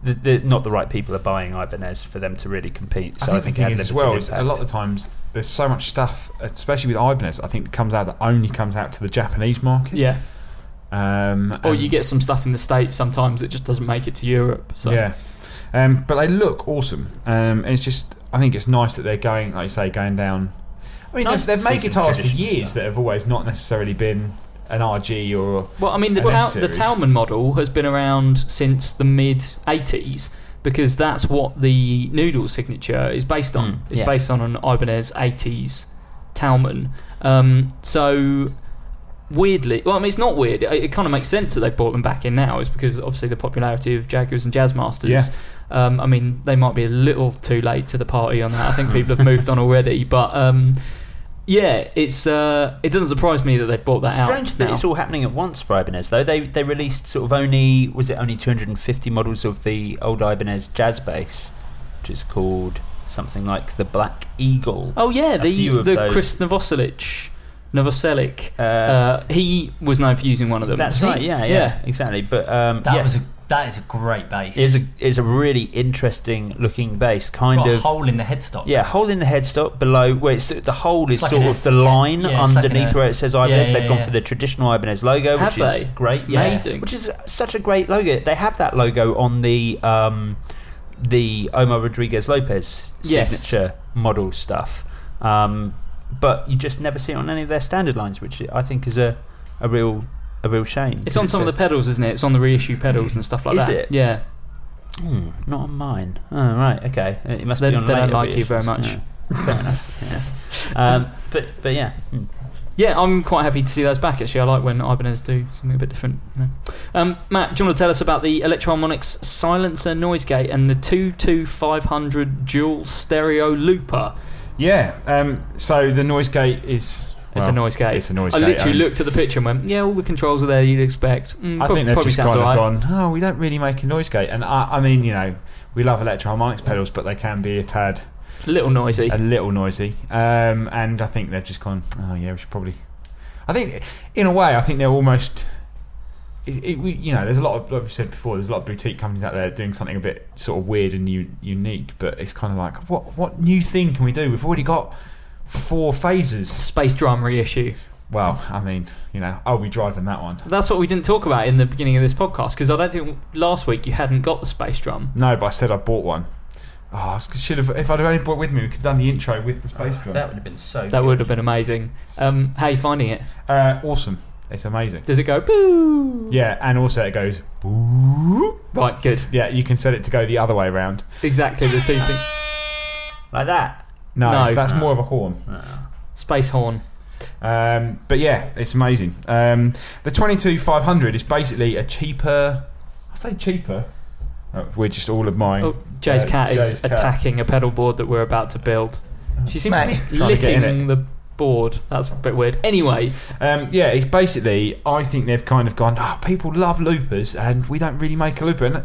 the, the not the right people are buying Ibanez for them to really compete. So I think,
the
it had
thing is as
limited
well is a
impact.
lot of the times there's so much stuff, especially with Ibanez. I think that comes out that only comes out to the Japanese market.
Yeah.
Um,
Or
and-
Oh, you get some stuff in the States sometimes that just doesn't make it to Europe. So
Yeah, um, but they look awesome. Um, and it's just, I think it's nice that they're going, like you say, going down. I mean,
Nice
they've,
to
they've made
see some
guitars for
traditional
years that have always not necessarily been an RG or.
Well, I mean, the,
an
Tal-
S
the
series.
Talman model has been around since the mid 80s because that's what the Noodle signature is based on.
Mm,
Hmm.
it's
yeah.
based on an Ibanez 80s Talman. Um, so, weirdly, well, I mean, it's not weird. It, it kind of makes sense that they brought them back in now, is because obviously the popularity of Jaguars and Jazzmasters.
Yeah.
Um, I mean, they might be a little too late to the party on that. I
*laughs*
think people have moved on already, but. Um, yeah, it's uh, it doesn't surprise me that they've brought that out.
Strange that
now.
it's all happening at once for Ibanez, though. They they released sort of only was it only 250 models of the old Ibanez jazz bass, which is called something like the Black Eagle.
Oh yeah,
A
the
few of
the
those.
Chris Novoselic, Novoselic. Uh,
Uh,
he was known for using one of them.
That's right. Yeah, yeah, exactly. But um,
That
yeah.
was a-
that is a great bass.
Is a is a really interesting looking bass, kind
Got a
of
hole in the headstock.
Yeah, hole in the headstock below where it's the, the hole
It's
is
like
sort
an
of
F-
the line
yeah, it's like
underneath
an, uh,
where it says
yeah,
Ibanez.
yeah,
They've gone
yeah.
for the traditional Ibanez logo,
Have
which is
they?
great, yeah.
Amazing.
Which is such a great logo. They have that logo on the um, the Omar Rodriguez Lopez
Yes.
signature model stuff, um, but you just never see it on any of their standard lines, which I think is a, a real a real shame.
It's on some of the pedals, isn't it? It's on the reissue pedals and stuff like
Is
that.
it?
Yeah.
Hmm, not on mine. Oh, right, okay. It must
They-
be on
they don't
later
like
reissues.
you very much.
Yeah. Fair enough. Yeah. Um, but but yeah, Hmm.
Yeah, I'm quite happy to see those back. Actually, I like when Ibanez do something a bit different. You know. um, Matt, do you want to tell us about the Electromonics silencer noise gate and the 22500 dual stereo looper?
Yeah, um, so the noise gate is.
It's a
well,
noise gate.
It's a noise
I
gate.
literally
um,
looked at the picture and went, "Yeah, all the controls are there. You'd expect." Mm,
I
prob-
think they've
probably
just
sounds
kind of
alright.
gone, oh, we don't really make a noise gate. And I, I mean, you know, we love electroharmonics pedals, but they can be a tad.
A little noisy.
A little noisy. Um, and I think they've just gone, oh, yeah, we should probably. I think, in a way, I think they're almost. It, it, we, you know, there's a lot of, like we said before, there's a lot of boutique companies out there doing something a bit sort of weird and u- unique, but it's kind of like, what, what new thing can we do? We've already got four phases.
Space drum reissue.
Well, I mean, you know, I'll be driving that one.
That's what we didn't talk about in the beginning of this podcast because I don't think last week you hadn't got the space drum.
No, but I said I bought one. Oh, I was- should have. If I'd have only brought it with me, we could have done the intro with the space drum.
that would have been so.
That would have been amazing. Um, how you finding it?
Uh, awesome. It's amazing.
Does it go boo?
Yeah, and also it goes.
Right, good.
Yeah, you can set it to go the other way around.
Exactly the two thing.
like that.
No, that's more of a horn.
Space horn.
Um, but yeah, it's amazing. Um, the 22500 is basically a cheaper. I say cheaper. Oh, we're just all admiring.
Oh, Jay's
uh,
cat is
Jay's cat.
attacking a pedal board that we're about to build. She seems
Mate.
to be
Trying to get in
licking the board. That's a bit weird. Anyway,
um, yeah, it's basically. I think they've kind of gone. Oh, people love loopers, and we don't really make a looper. And the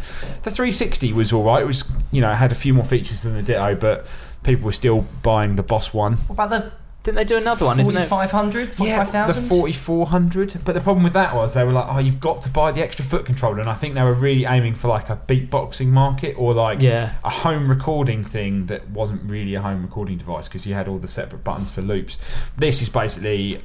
360 was all right. It was, you know, had a few more features than the Ditto, but people were still buying the Boss one.
What about the?
Didn't they do another one? Isn't it?
4500,
Yeah, the
45,000?
4400. But the problem with that was they were like, oh, you've got to buy the extra foot controller. And I think they were really aiming for like a beatboxing market or like
Yeah.
a home recording thing that wasn't really a home recording device because you had all the separate buttons for loops. This is basically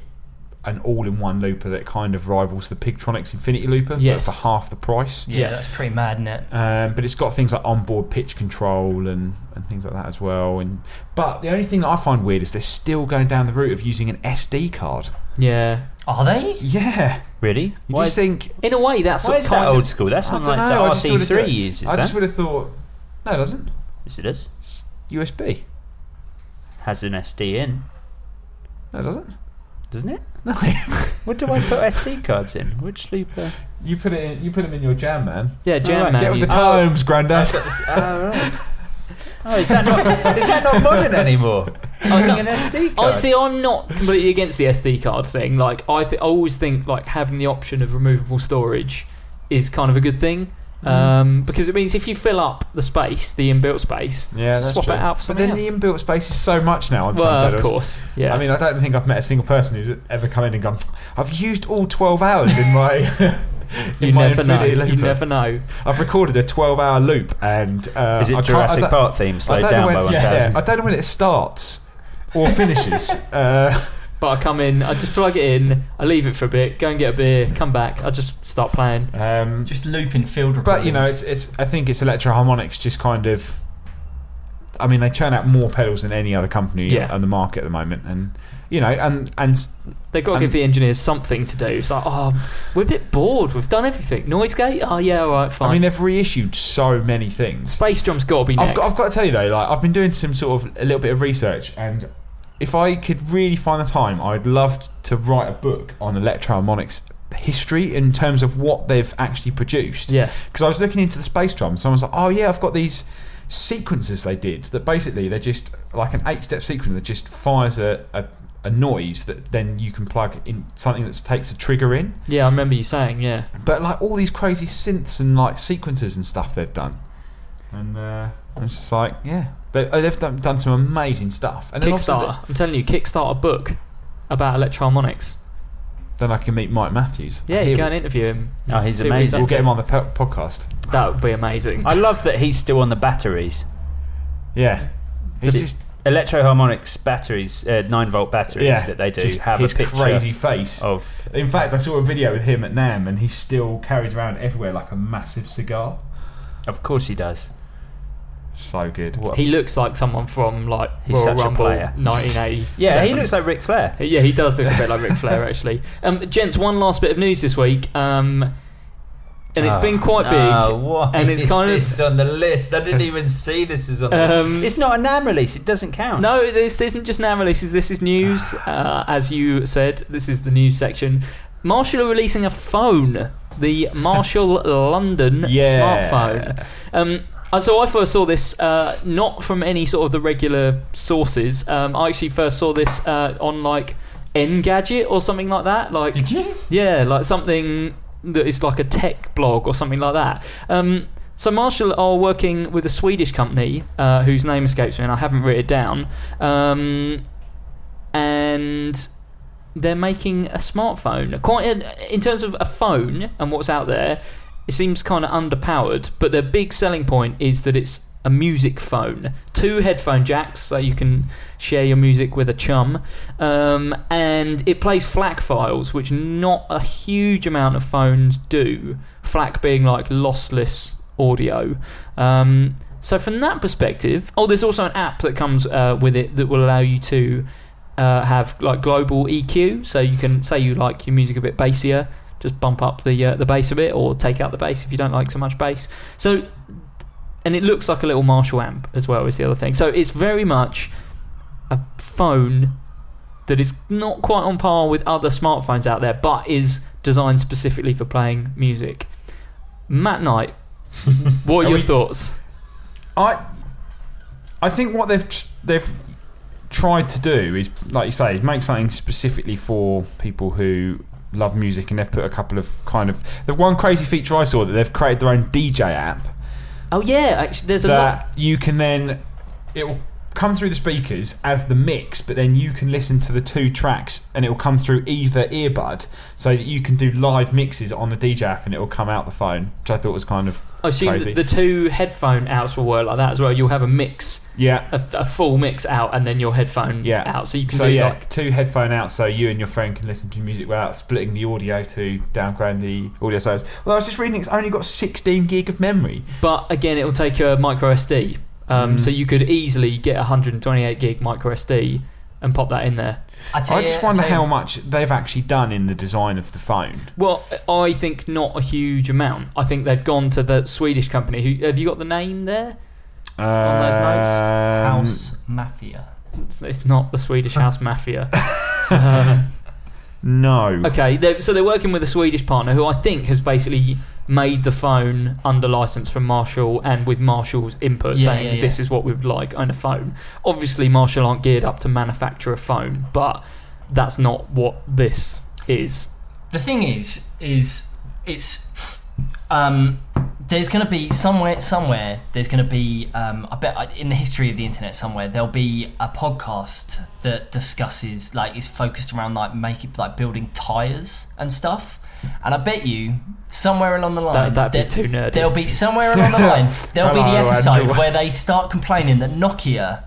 an all in one looper that kind of rivals the Pigtronics Infinity Looper,
Yes.
but for half the price.
Yeah, that's pretty mad, isn't it?
Um, but it's got things like onboard pitch control and, and things like that as well. And but the only thing that I find weird is they're still going down the route of using an SD card.
Yeah.
Are they?
Yeah.
Really?
You just think
In a way, that's
Why
what
is that
kind of-
old school? That's
I
not
don't
like
know, I just
the
sort of
RC3
thought-
uses.
I
that.
just would have thought no, it doesn't.
Yes, it is.
USB
has an SD in,
No, it doesn't.
doesn't it?
No.
What do I put
*laughs*
SD cards in? Which looper?
You put it. In, you put them in your jam, man.
Yeah, jam man,
Get with
you-
the times, Grandad.
Oh, right. oh, is that not is that not modern anymore?
*laughs*
Using an SD
I
card.
see. I'm not completely against the SD card thing. Like I, th- I always think like having the option of removable storage is kind of a good thing.
Mm.
Um, because it means if you fill up the space, the inbuilt space,
*laughs* Yeah, that's
swap
true.
it out for
But
something
then the inbuilt space is so much now. On
else. Well,
some
of
pedals.
course, yeah.
I mean, I don't think I've met a single person who's ever come in and gone. I've used all twelve hours in my. *laughs* in
you
my
never know.
Infinity
You
Looper."
never know.
I've recorded a 12 hour loop and. Uh,
Is it
I can't- I
Jurassic
don't-
Park theme
I
slowed
don't know
down
when-
by
yeah,
1000?
I don't know when it starts or finishes. *laughs* uh,
But I come in, I just plug it in, I leave it for a bit, go and get a beer, come back, I just start playing.
um,
Just looping field recordings.
but, you know, it's, it's. I think it's Electro Harmonics just kind of. I mean, they churn out more pedals than any other company
Yeah.
on the market at the moment. And, you know, and. and
They've got to
Um,
give the engineers something to do. It's like, oh, we're a bit bored. We've done everything. Noise gate. Oh yeah, all right, fine.
I mean, they've reissued so many things.
Space drum's got to be next.
I've got, I've got to tell you though, like I've been doing some sort of a little bit of research, and if I could really find the time, I'd love t- to write a book on electroharmonics history in terms of what they've actually produced.
Yeah.
Because I was looking into the space drum, someone's like, "Oh yeah, I've got these sequences they did that basically they're just like an eight-step sequence that just fires a." a a noise that then you can plug in something that takes a trigger in,
yeah, I remember you saying. Yeah.
but like all these crazy synths and like sequences and stuff they've done, and uh, I'm just like, yeah, they, oh, they've done, done some amazing stuff. And then obviously
Kickstarter. I'm telling you, Kickstarter book about electroharmonics.
th- then I can meet Mike Matthews.
Yeah,
Here
you go and
we-
interview him.
Oh, he's
See what
amazing.
We'll
up
get
to.
him on the po- podcast.
That would be amazing.
I love that he's still on the batteries.
Yeah, he's
it-
just
Electro Harmonics batteries, uh, nine volt batteries
yeah
that they do
just
have
his
a picture
crazy face.
of.
In fact, I saw a video with him at Nam, and he still carries around everywhere like a massive cigar.
Of course, he does.
So good.
he looks like someone from like
He's
Royal
such a
Rumble
player. *laughs*
1980.
Yeah, he looks like Ric Flair.
Yeah, he does look a bit like Ric Flair, actually. Um, gents, one last bit of news this week, um, and
Ah,
it's been quite
Oh,
big,
why
and it's
is
kind
this on the list. I didn't even see this is on. the list.
Um,
It's not a NAM release. It doesn't
of.
count.
No, this isn't just now releases. This is news, uh, as you said. This is the news section. Marshall are releasing a phone, the Marshall London
Yeah.
smartphone. Um, uh, so I first saw this uh, not from any sort of the regular sources. Um, I actually first saw this uh, on like Engadget or something like that. Like,
Did you?
Yeah, like something that is like a tech blog or something like that. Um, so Marshall are working with a Swedish company uh, whose name escapes me, and I haven't written it down. Um, and they're making a smartphone. Quite an, in terms of a phone and what's out there, it seems kind of underpowered. But their big selling point is that it's a music phone, two headphone jacks, so you can share your music with a chum, um, and it plays FLAC files, which not a huge amount of phones do. FLAC being like lossless audio. Um, so from that perspective, oh, there's also an app that comes uh, with it that will allow you to uh, have like global EQ, so you can say you like your music a bit bassier, just bump up the uh, the bass a bit, or take out the bass if you don't like so much bass. So, and it looks like a little Marshall amp as well is the other thing. So it's very much phone that is not quite on par with other smartphones out there, but is designed specifically for playing music. Matt
*laughs*
Knight, what are,
Are
your
we-
thoughts?
I I think what they've tr- they've tried to do is, like you say, is make something specifically for people who love music, and they've put a couple of kind of the one crazy feature I saw that they've created their own DJ app.
Oh yeah, actually, there's a
that you can then it will come through the speakers as the mix, but then you can listen to the two tracks, and it will come through either earbud, so that you can do live mixes on the DJ app, and it will come out the phone, which I thought was kind of
I assume
crazy.
that the two headphone outs will work like that as well. You'll have a mix,
yeah,
a, a full mix out, and then your headphone
yeah.
out, so you can
so
do
yeah,
like
two headphone out, so you and your friend can listen to music without splitting the audio to downgrade the audio size. Well, I was just reading it's only got 16 gig of memory.
But again, it will take a micro SD, um,
Mm.
so you could easily get a 128 gig micro SD and pop that in there.
I, just wonder how much they've actually done in the design of the phone.
Well, I think not a huge amount. I think they've gone to the Swedish company. Who have you got the name there?
On
those notes?
um,
House Mafia.
It's, it's not the
*laughs*
Swedish House Mafia. Uh,
Mm.
No.
Okay, they're, so they're working with a Swedish partner who I think has basically made the phone under license from Marshall and with Marshall's input
Yeah,
saying
yeah, yeah.
this is what we would like on a phone. Obviously, Marshall aren't geared up to manufacture a phone, but that's not what this is.
The thing is, is it's um, there's going to be somewhere, somewhere there's going to be. Um, I bet I- in the history of the internet, somewhere there'll be a podcast that discusses like is focused around like making like building tires and stuff. And I bet you somewhere along the line
that'd be
there-
too nerdy.
There'll be somewhere along
*laughs*
the line there'll be
Hello,
the
Andrew.
episode where they start complaining that Nokia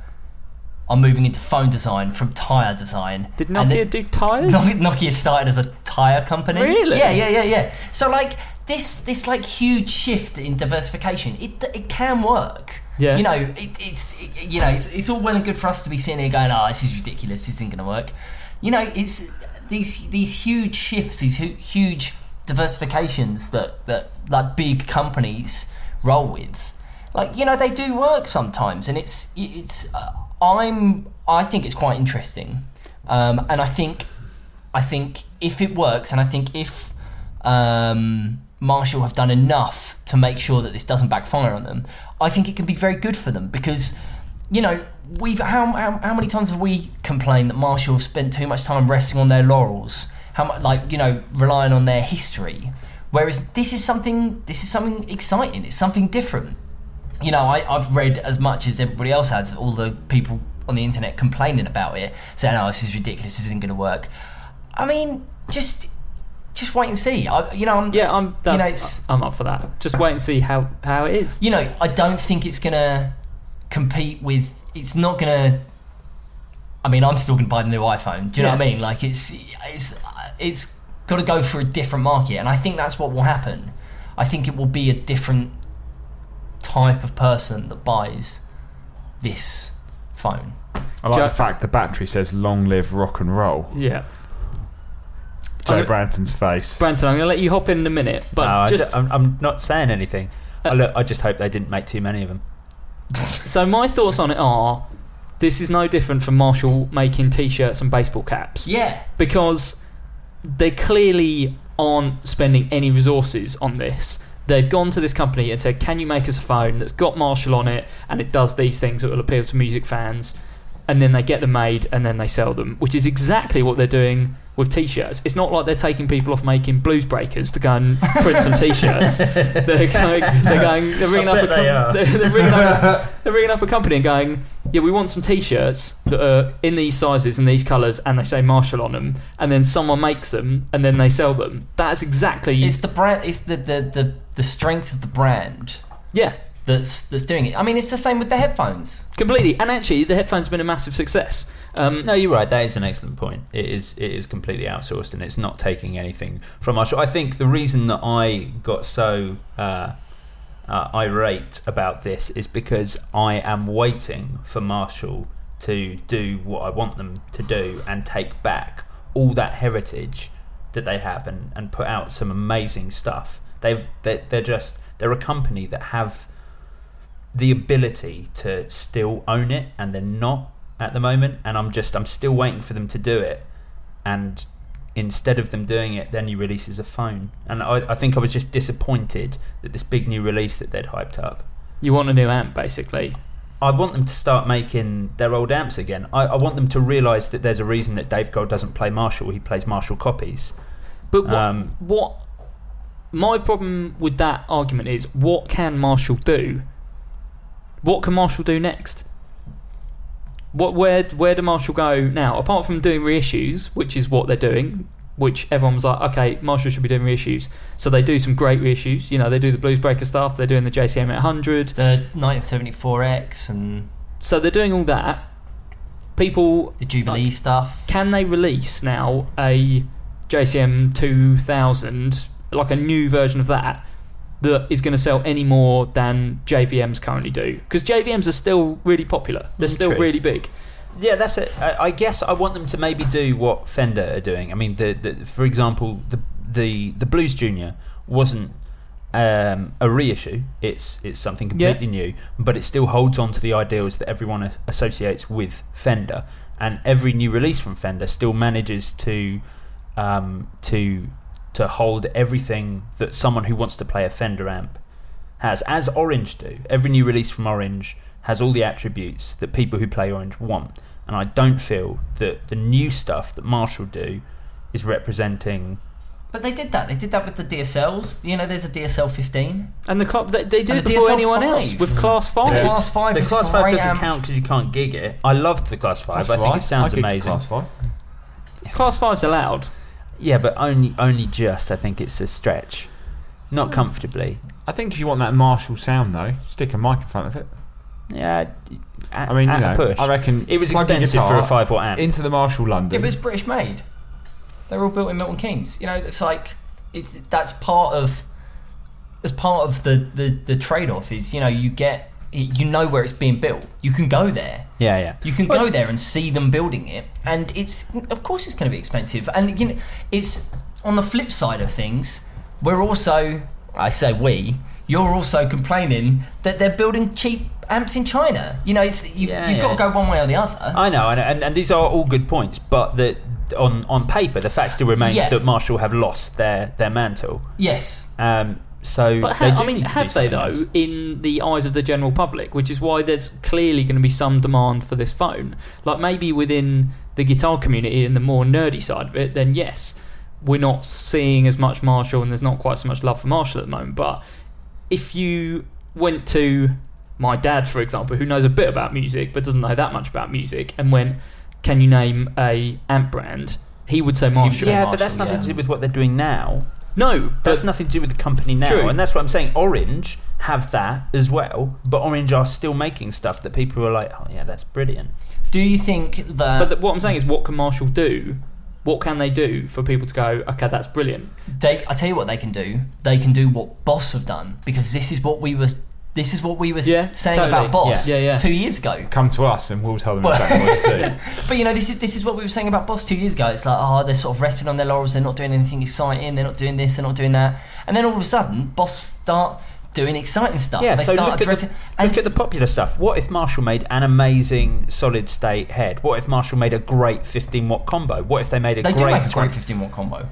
are moving into phone design from tire design.
Did
And
Nokia
it-
do tyres?
Nok- Nokia started as a tire company.
Really?
Yeah, yeah, yeah, yeah. So like this, this like huge shift in diversification, it it can work.
Yeah.
You know, it, it's it- you know, it's, it's all well and good for us to be sitting here going, "Oh, this is ridiculous. This isn't going to work." You know, it's these these huge shifts, these hu- huge diversifications that that like big companies roll with. Like you know, they do work sometimes, and it's it's. Uh, I'm I think it's quite interesting, um, and I think I think if it works, and I think if um, Marshall have done enough to make sure that this doesn't backfire on them, I think it can be very good for them because, you know, we've how how, how many times have we complained that Marshall have spent too much time resting on their laurels, how much like you know relying on their history, whereas this is something this is something exciting, it's something different you know, I, I've read as much as everybody else has, all the people on the internet complaining about it, saying, oh, this is ridiculous, this isn't going to work. I mean, just just wait and see. I, you know,
*laughs*
I'm,
Yeah, I'm. That's,
it's-
I'm up for that. Just wait and see how how it is.
you know, I don't think it's going to compete with, it's not going to, I mean, I'm still going to buy the new iPhone. Do you know what I
Yeah.
mean? Like, it's, it's, it's got to go for a different market. And I think that's what will happen. I think it will be a different type of person that buys this phone.
I like
Joe-
the fact the battery says "Long live rock and roll."
Yeah.
Joe
I'm gonna-
Branton's face.
Branton, I'm going to let you hop in in a minute, but
No, I
just
um
am I'm not saying anything. I, look, I just hope they didn't make too many of them.
So my thoughts on it are: this is no different from Marshall making T-shirts and baseball caps.
Yeah.
because they clearly aren't spending any resources on this. They've gone to this company and said, "Can you make us a phone that's got Marshall on it and it does these things that will appeal to music fans?" And then they get them made and then they sell them, which is exactly what they're doing with T-shirts. It's not like they're taking people off making blues breakers to go and print
*laughs*
some T-shirts. they're going, they're going, they're ringing up
I
a
bet they are.
com- *laughs* they're ringing
*laughs*
up, they're ringing up a company and going, yeah, we want some T-shirts that are in these sizes and these colours, and they say Marshall on them, and then someone makes them, and then they sell them. That's exactly
It's the brand. It's the the, the, the strength of the brand.
Yeah.
That's that's doing it. I mean, it's the same with the headphones.
completely. And actually, the headphones have been a massive success. Um,
no, you're right. That is an excellent point. It is it is completely outsourced and it's not taking anything from Marshall. I think the reason that I got so uh, uh, irate about this is because I am waiting for Marshall to do what I want them to do and take back all that heritage that they have and, and put out some amazing stuff. They've they, they're just they're a company that have the ability to still own it and they're not at the moment, and I'm just I'm still waiting for them to do it. And instead of them doing it, their new release is a phone. And I, I think I was just disappointed that this big new release that they'd hyped up.
You want a new amp, basically.
I want them to start making their old amps again. I, I want them to realise that there's a reason that Dave Grohl doesn't play Marshall; he plays Marshall copies.
But what,
Um,
what my problem with that argument is what can Marshall do? What can Marshall do next? What where where do Marshall go now? Apart from doing reissues, which is what they're doing, which everyone was like, okay, Marshall should be doing reissues. So they do some great reissues. You know, they do the Blues Breaker stuff. They're doing the JCM 800,
the 1974X, and
so they're doing all that. People,
the Jubilee stuff.
Can they release now a JCM 2000, like a new version of that, that is going to sell any more than JVMs currently do? Because JVMs are still really popular. They're
Mm,
still
true.
really big.
Yeah, that's it. I, I guess I want them to maybe do what Fender are doing. I mean, the, the for example, the the the Blues Junior wasn't um, a reissue. It's it's something completely new, but it still holds on to the ideals that everyone a- associates with Fender. And every new release from Fender still manages to um, to to hold everything that someone who wants to play a Fender amp has, as Orange do. Every new release from Orange has all the attributes that people who play Orange want. And I don't feel that the new stuff that Marshall do is representing.
But they did that. They did that with the DSLs. You know, there's a DSL 15.
And the club, they, they did
And
it
the
before
DSL
anyone else
five.
with Class Five. um,
The Class Five
The
is
Class 5
great
doesn't
amp.
count because you can't gig it. I loved the Class 5.
That's
I think
right.
it sounds
I could
amazing.
Class five.
Class Five's allowed.
Yeah, but only only just. I think it's a stretch. Not comfortably.
I think if you want that Marshall sound though, stick a mic in front of it.
Yeah. At,
I mean, you
at
know,
a push.
I reckon
It was
plug your
expensive for a
guitar
5 watt amp.
into the Marshall
Yeah,
London.
but it's British made. They're all built in Milton Keynes. You know, it's like it's that's part of that's part of the the, the trade off is you know you get you know where it's being built. You can go there.
yeah, yeah.
You can go there and see them building it, and it's of course it's going to be expensive. And you know, it's on the flip side of things, we're also I say we, you're also complaining that they're building cheap amps in China. You know, it's you,
Yeah,
you've got to
yeah.
go one way or the other.
I know, I know, and, and these are all good points, but the, on on paper, the fact still remains
Yeah.
that Marshall have lost their their mantle.
Yes.
Um, so,
But
they
ha-
do
I mean,
need to do
have they
something else.
though? In the eyes of the general public, which is why there's clearly going to be some demand for this phone. Like maybe within the guitar community and the more nerdy side of it, then yes, we're not seeing as much Marshall, and there's not quite so much love for Marshall at the moment. But if you went to my dad, for example, who knows a bit about music but doesn't know that much about music, and went, "Can you name a amp brand?" He would say Marshall.
Yeah, but that's
Marshall,
nothing
yeah.
to do with what they're doing now.
No,
That's
but
nothing to do with the company now,
True.
and that's what I'm saying. Orange have that as well, but Orange are still making stuff that people are like, "Oh yeah, that's brilliant."
Do you think that?
But th what I'm saying is, what can Marshall do? What can they do for people to go, okay, that's brilliant?
They, I tell you what they can do. They can do what Boss have done because this is what we was. This is what we was
Yeah,
saying
totally.
about Boss
Yeah. Yeah, yeah.
two years ago.
Come to us and we'll tell them
Well-
exactly what
*laughs*
*laughs* to do.
But you know, this is this is what we were saying about Boss two years ago. It's like, oh, they're sort of resting on their laurels. They're not doing anything exciting. They're not doing this. They're not doing that. And then all of a sudden, Boss start doing exciting stuff.
Yeah,
they
so
start
look at,
addressing.
the,
and
look at the popular stuff. What if Marshall made an amazing solid state head? What if Marshall made a great 15 watt combo? What if they made a
they
great
do make a
20
great 15 watt combo.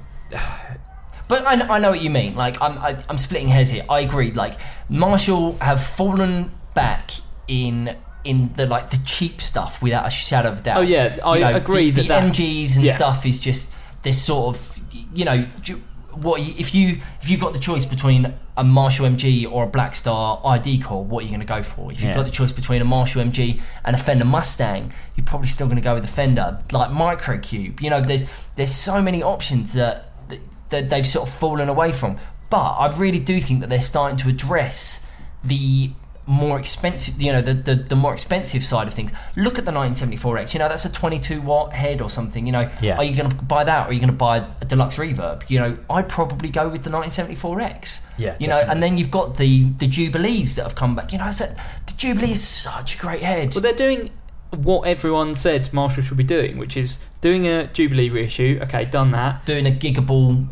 But I, kn- I know what you mean. Like I'm, I, I'm splitting hairs here. I agree. Like Marshall have fallen back in in the like the cheap stuff without a shadow of a doubt.
Oh, yeah, I agree
The,
that that-
the MGs and
yeah.
stuff is just this sort of you know ju- what you- if you if you've got the choice between a Marshall MG or a Black Star ID call, what are you going to go for? If you've
Yeah.
got the choice between a Marshall MG and a Fender Mustang, you're probably still going to go with a Fender like Microcube. You know, there's there's so many options that, that that they've sort of fallen away from. But I really do think that they're starting to address the more expensive, you know, the, the, the more expensive side of things. Look at the 1974X. You know, that's a 22 watt head or something. You know,
Yeah.
are you going to buy that or are you going to buy a deluxe reverb? You know, I'd probably go with the 1974X.
Yeah,
You know, and then you've got the the Jubilees that have come back. You know, I said the Jubilee is such a great head.
Well, they're doing what everyone said Marshall should be doing, which is doing a Jubilee reissue. Okay, done that.
Doing a gigable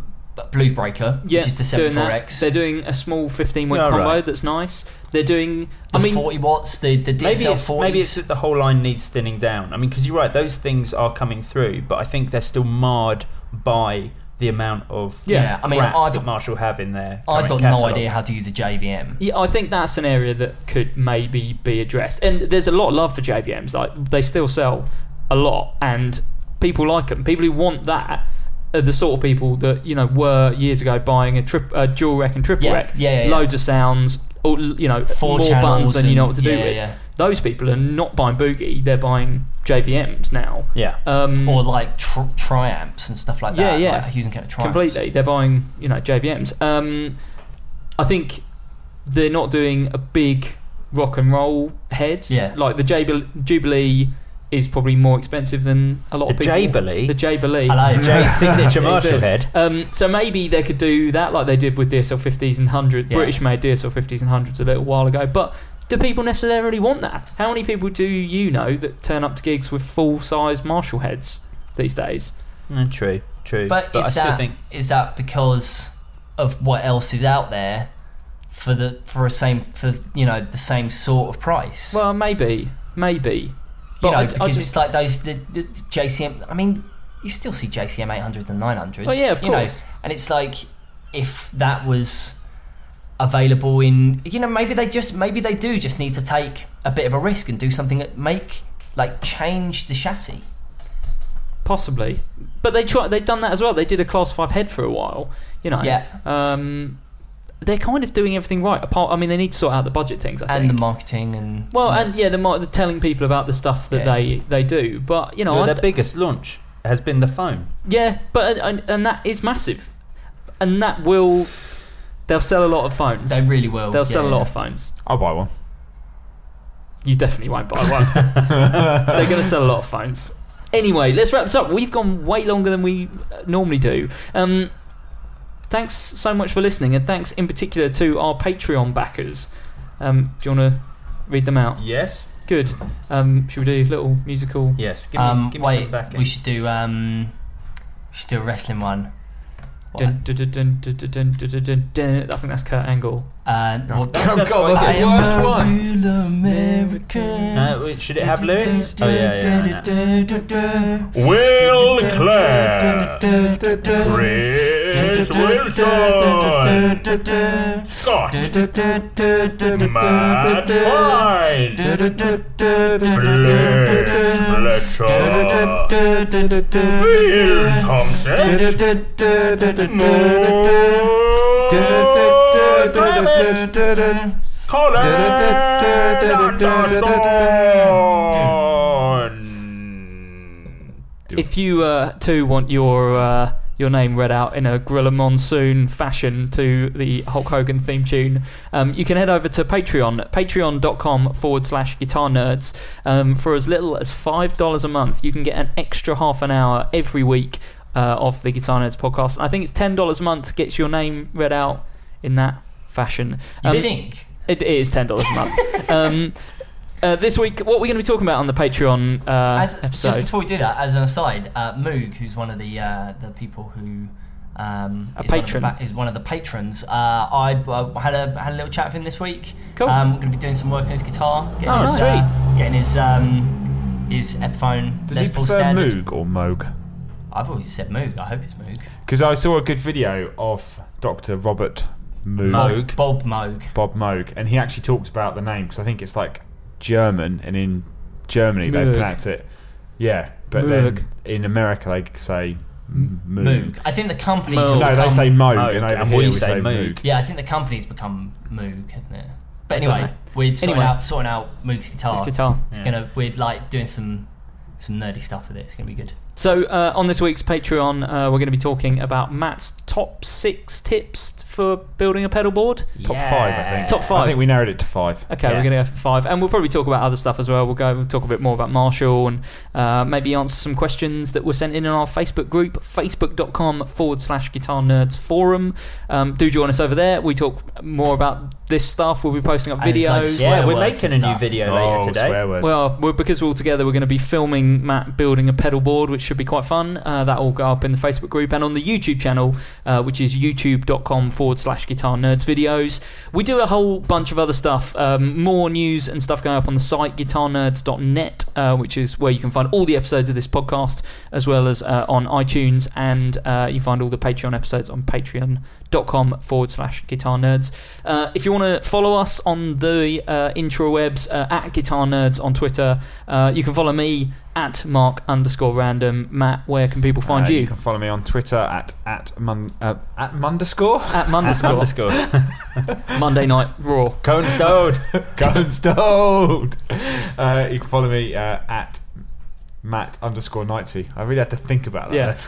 Blues uh, Breaker,
Yeah,
which is the
doing
74X.
that. They're doing a small 15 weight
Yeah,
combo
right.
that's nice. They're doing.
The
I mean,
40 watts, the, the DSL
maybe it's,
40s.
maybe it's that the whole line needs thinning down. I mean, because you're right, those things are coming through, but I think they're still marred by the amount of
Yeah, I mean,
crap
I've-
that Marshall have in there.
I've got no idea
how to use a JVM.
Yeah, I think that's an area that could maybe be addressed. And there's a lot of love for JVMs. Like they still sell a lot, and people like them. People who want that are the sort of people that you know were years ago buying a, trip, a dual rec and triple
Yeah,
rec.
yeah, yeah, yeah.
Loads of sounds, all, you know,
Four
more
channels
buttons than you know what to
and-
do
yeah,
with.
yeah.
Those people are not buying boogie; they're buying JVMs now.
Yeah.
Um,
or like tr- triamps and stuff like that.
Yeah, yeah.
Like Hughes and Keller triamps.
Completely. They're buying, you know, JVMs. Um, I think they're not doing a big rock and roll head.
Yeah.
Like the Jubil- Jubilee is probably more expensive than a lot of
The
people.
Jubilee?
The Jubilee.
E? Hello.
*laughs*
Jay's signature
E. It's
Marshall
a-
head.
Um, so maybe they could do that like they did with DSL 50s and 100s.
Yeah.
British made DSL 50s and 100s a little while ago. But do people necessarily want that? How many people do you know that turn up to gigs with full size Marshall heads these days?
No, Eh, true, true.
But, is,
I still
that,
think
is that because of what else is out there for the for a same for you know the same sort of price?
Well, maybe, maybe. But
you know
I- I
because
ju-
it's like those the, the JCM. I mean, you still see JCM 800s and 900s.
Oh, yeah, of
you know,
course.
and it's like if that was available in you know maybe they just maybe they do just need to take a bit of a risk and do something that make like change the chassis.
Possibly, but they try. They've done that as well. They did a class five head for a while. You know.
Yeah.
Um, they're kind of doing everything right. Apart, I mean, they need to sort out the budget things. I
and the
think.
marketing and
well, and yeah, the, mar- the telling people about the stuff that
Yeah.
they they do. But you know,
Well,
I
their
d-
biggest launch has been the phone.
yeah, but and, and that is massive, and that will they'll sell a lot of phones.
They really will,
They'll sell
yeah,
a lot
yeah.
of phones.
I'll buy one.
You definitely won't buy one. They're going to sell a lot of phones. Anyway, let's wrap this up. We've gone way longer than we uh, normally do. Um, thanks so much for listening, and thanks in particular to our Patreon backers. Um, do you want to read them out?
Yes.
Good. Um, should we do a little musical?
Yes.
um, wait, we should do um, we should do a wrestling one.
Dun, dun, dun, dun, dun, dun, dun, dun, dun, dun, dun. I think that's Kurt Angle.
Uh, well,
That's
God,
quite
I
*laughs* the
am
worst
a
one.
real American.
Uh, wait, should it
*laughs*
have lyrics? Oh yeah, yeah. I know.
Will Clare, Chris
*laughs*
Wilson, Scott, Matt Fine, Fletch Fletcher, Phil Thompson, Mo Draymond, Colin Anderson.
If you uh, too want your uh, your name read out in a Gorilla Monsoon fashion to the Hulk Hogan theme tune, um, you can head over to Patreon, patreon.com forward slash guitar nerds. Um, for as little as $5 a month, you can get an extra half an hour every week uh, of the Guitar Nerds podcast. I think it's $10 a month gets your name read out in that fashion. Um,
You think?
It is $10 a month.
*laughs*
um, uh, this week, what we're going to be talking about on the Patreon uh,
As,
episode.
just before we do that, as an aside, uh, Moog, who's one of the uh, the people who um,
A
is one of the
patron.
ba- is one of the patrons. Uh, I uh, had a had a little chat with him this week.
Cool.
Um, we're going to be doing some work on his guitar, getting
Oh,
his,
nice.
uh, getting his um, his Epiphone
Does
Les
he
Paul
prefer
standard.
Moog or Moog?
I've always said Moog. I hope it's Moog.
Because I saw a good video of Dr. Robert Moog.
Moog. Bob Moog.
Bob Moog. And he actually talks about the name because I think it's like German and in Germany they
Moog.
pronounce it. Yeah. But
Moog.
then in America they say M- Moog.
Moog. I think the company.
No,
has
they
become-
say Moog, and over here we say Moog.
Yeah, I think the company's become Moog, hasn't it? But
I don't
anyway,
know.
we're sorting
Anyway.
out sorting out Moog's guitar.
His guitar.
It's
Yeah.
gonna we're like doing some some nerdy stuff with it. It's gonna be good.
So uh, on this week's Patreon, uh, we're going to be talking about Matt's top six tips for building a pedal board.
Top five, I think.
Top five.
I think we narrowed it to five.
Okay, we're going to go for five, and we'll probably talk about other stuff as well. We'll go, we'll talk a bit more about Marshall, and uh, maybe answer some questions that were sent in on our Facebook group, facebook.com forward slash Guitar Nerds Forum. Um, do join us over there. We talk more about this stuff. We'll be posting up
And it's
videos.
like swear Yeah, we're words making and a new stuff. video later Oh, today. swear words.
Well, we're, because we're all together, we're going to be filming Matt building a pedal board, which should be quite fun. Uh, that will go up in the Facebook group and on the YouTube channel, uh, which is youtube.com forward slash guitar nerds videos. We do a whole bunch of other stuff, um, more news and stuff going up on the site guitarnerds.net, uh, which is where you can find all the episodes of this podcast, as well as uh, on iTunes, and uh, you find all the Patreon episodes on patreon.com forward slash guitar nerds. Uh, if you want to follow us on the uh, intrawebs uh, at guitar nerds on Twitter, uh, you can follow me at mark underscore random. Matt, where can people find
Uh,
you?
You can follow me on Twitter at at mun, uh, at munderscore *laughs*
at Mundescore. Monday Night Raw.
Cone Stowed. Cone Stowed. Uh, you can follow me uh, at Matt underscore ninety. I really had to think about that.
Yeah.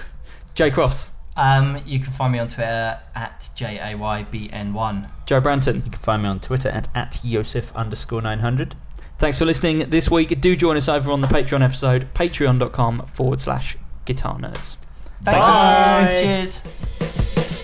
Jay Cross.
Um, you can find me on Twitter at JAYBN1.
Joe Branton.
You can find me on Twitter at, at Yosef underscore 900.
Thanks for listening this week. Do join us over on the Patreon episode, patreon.com forward slash guitar nerds.
Thanks.
Bye.
Cheers.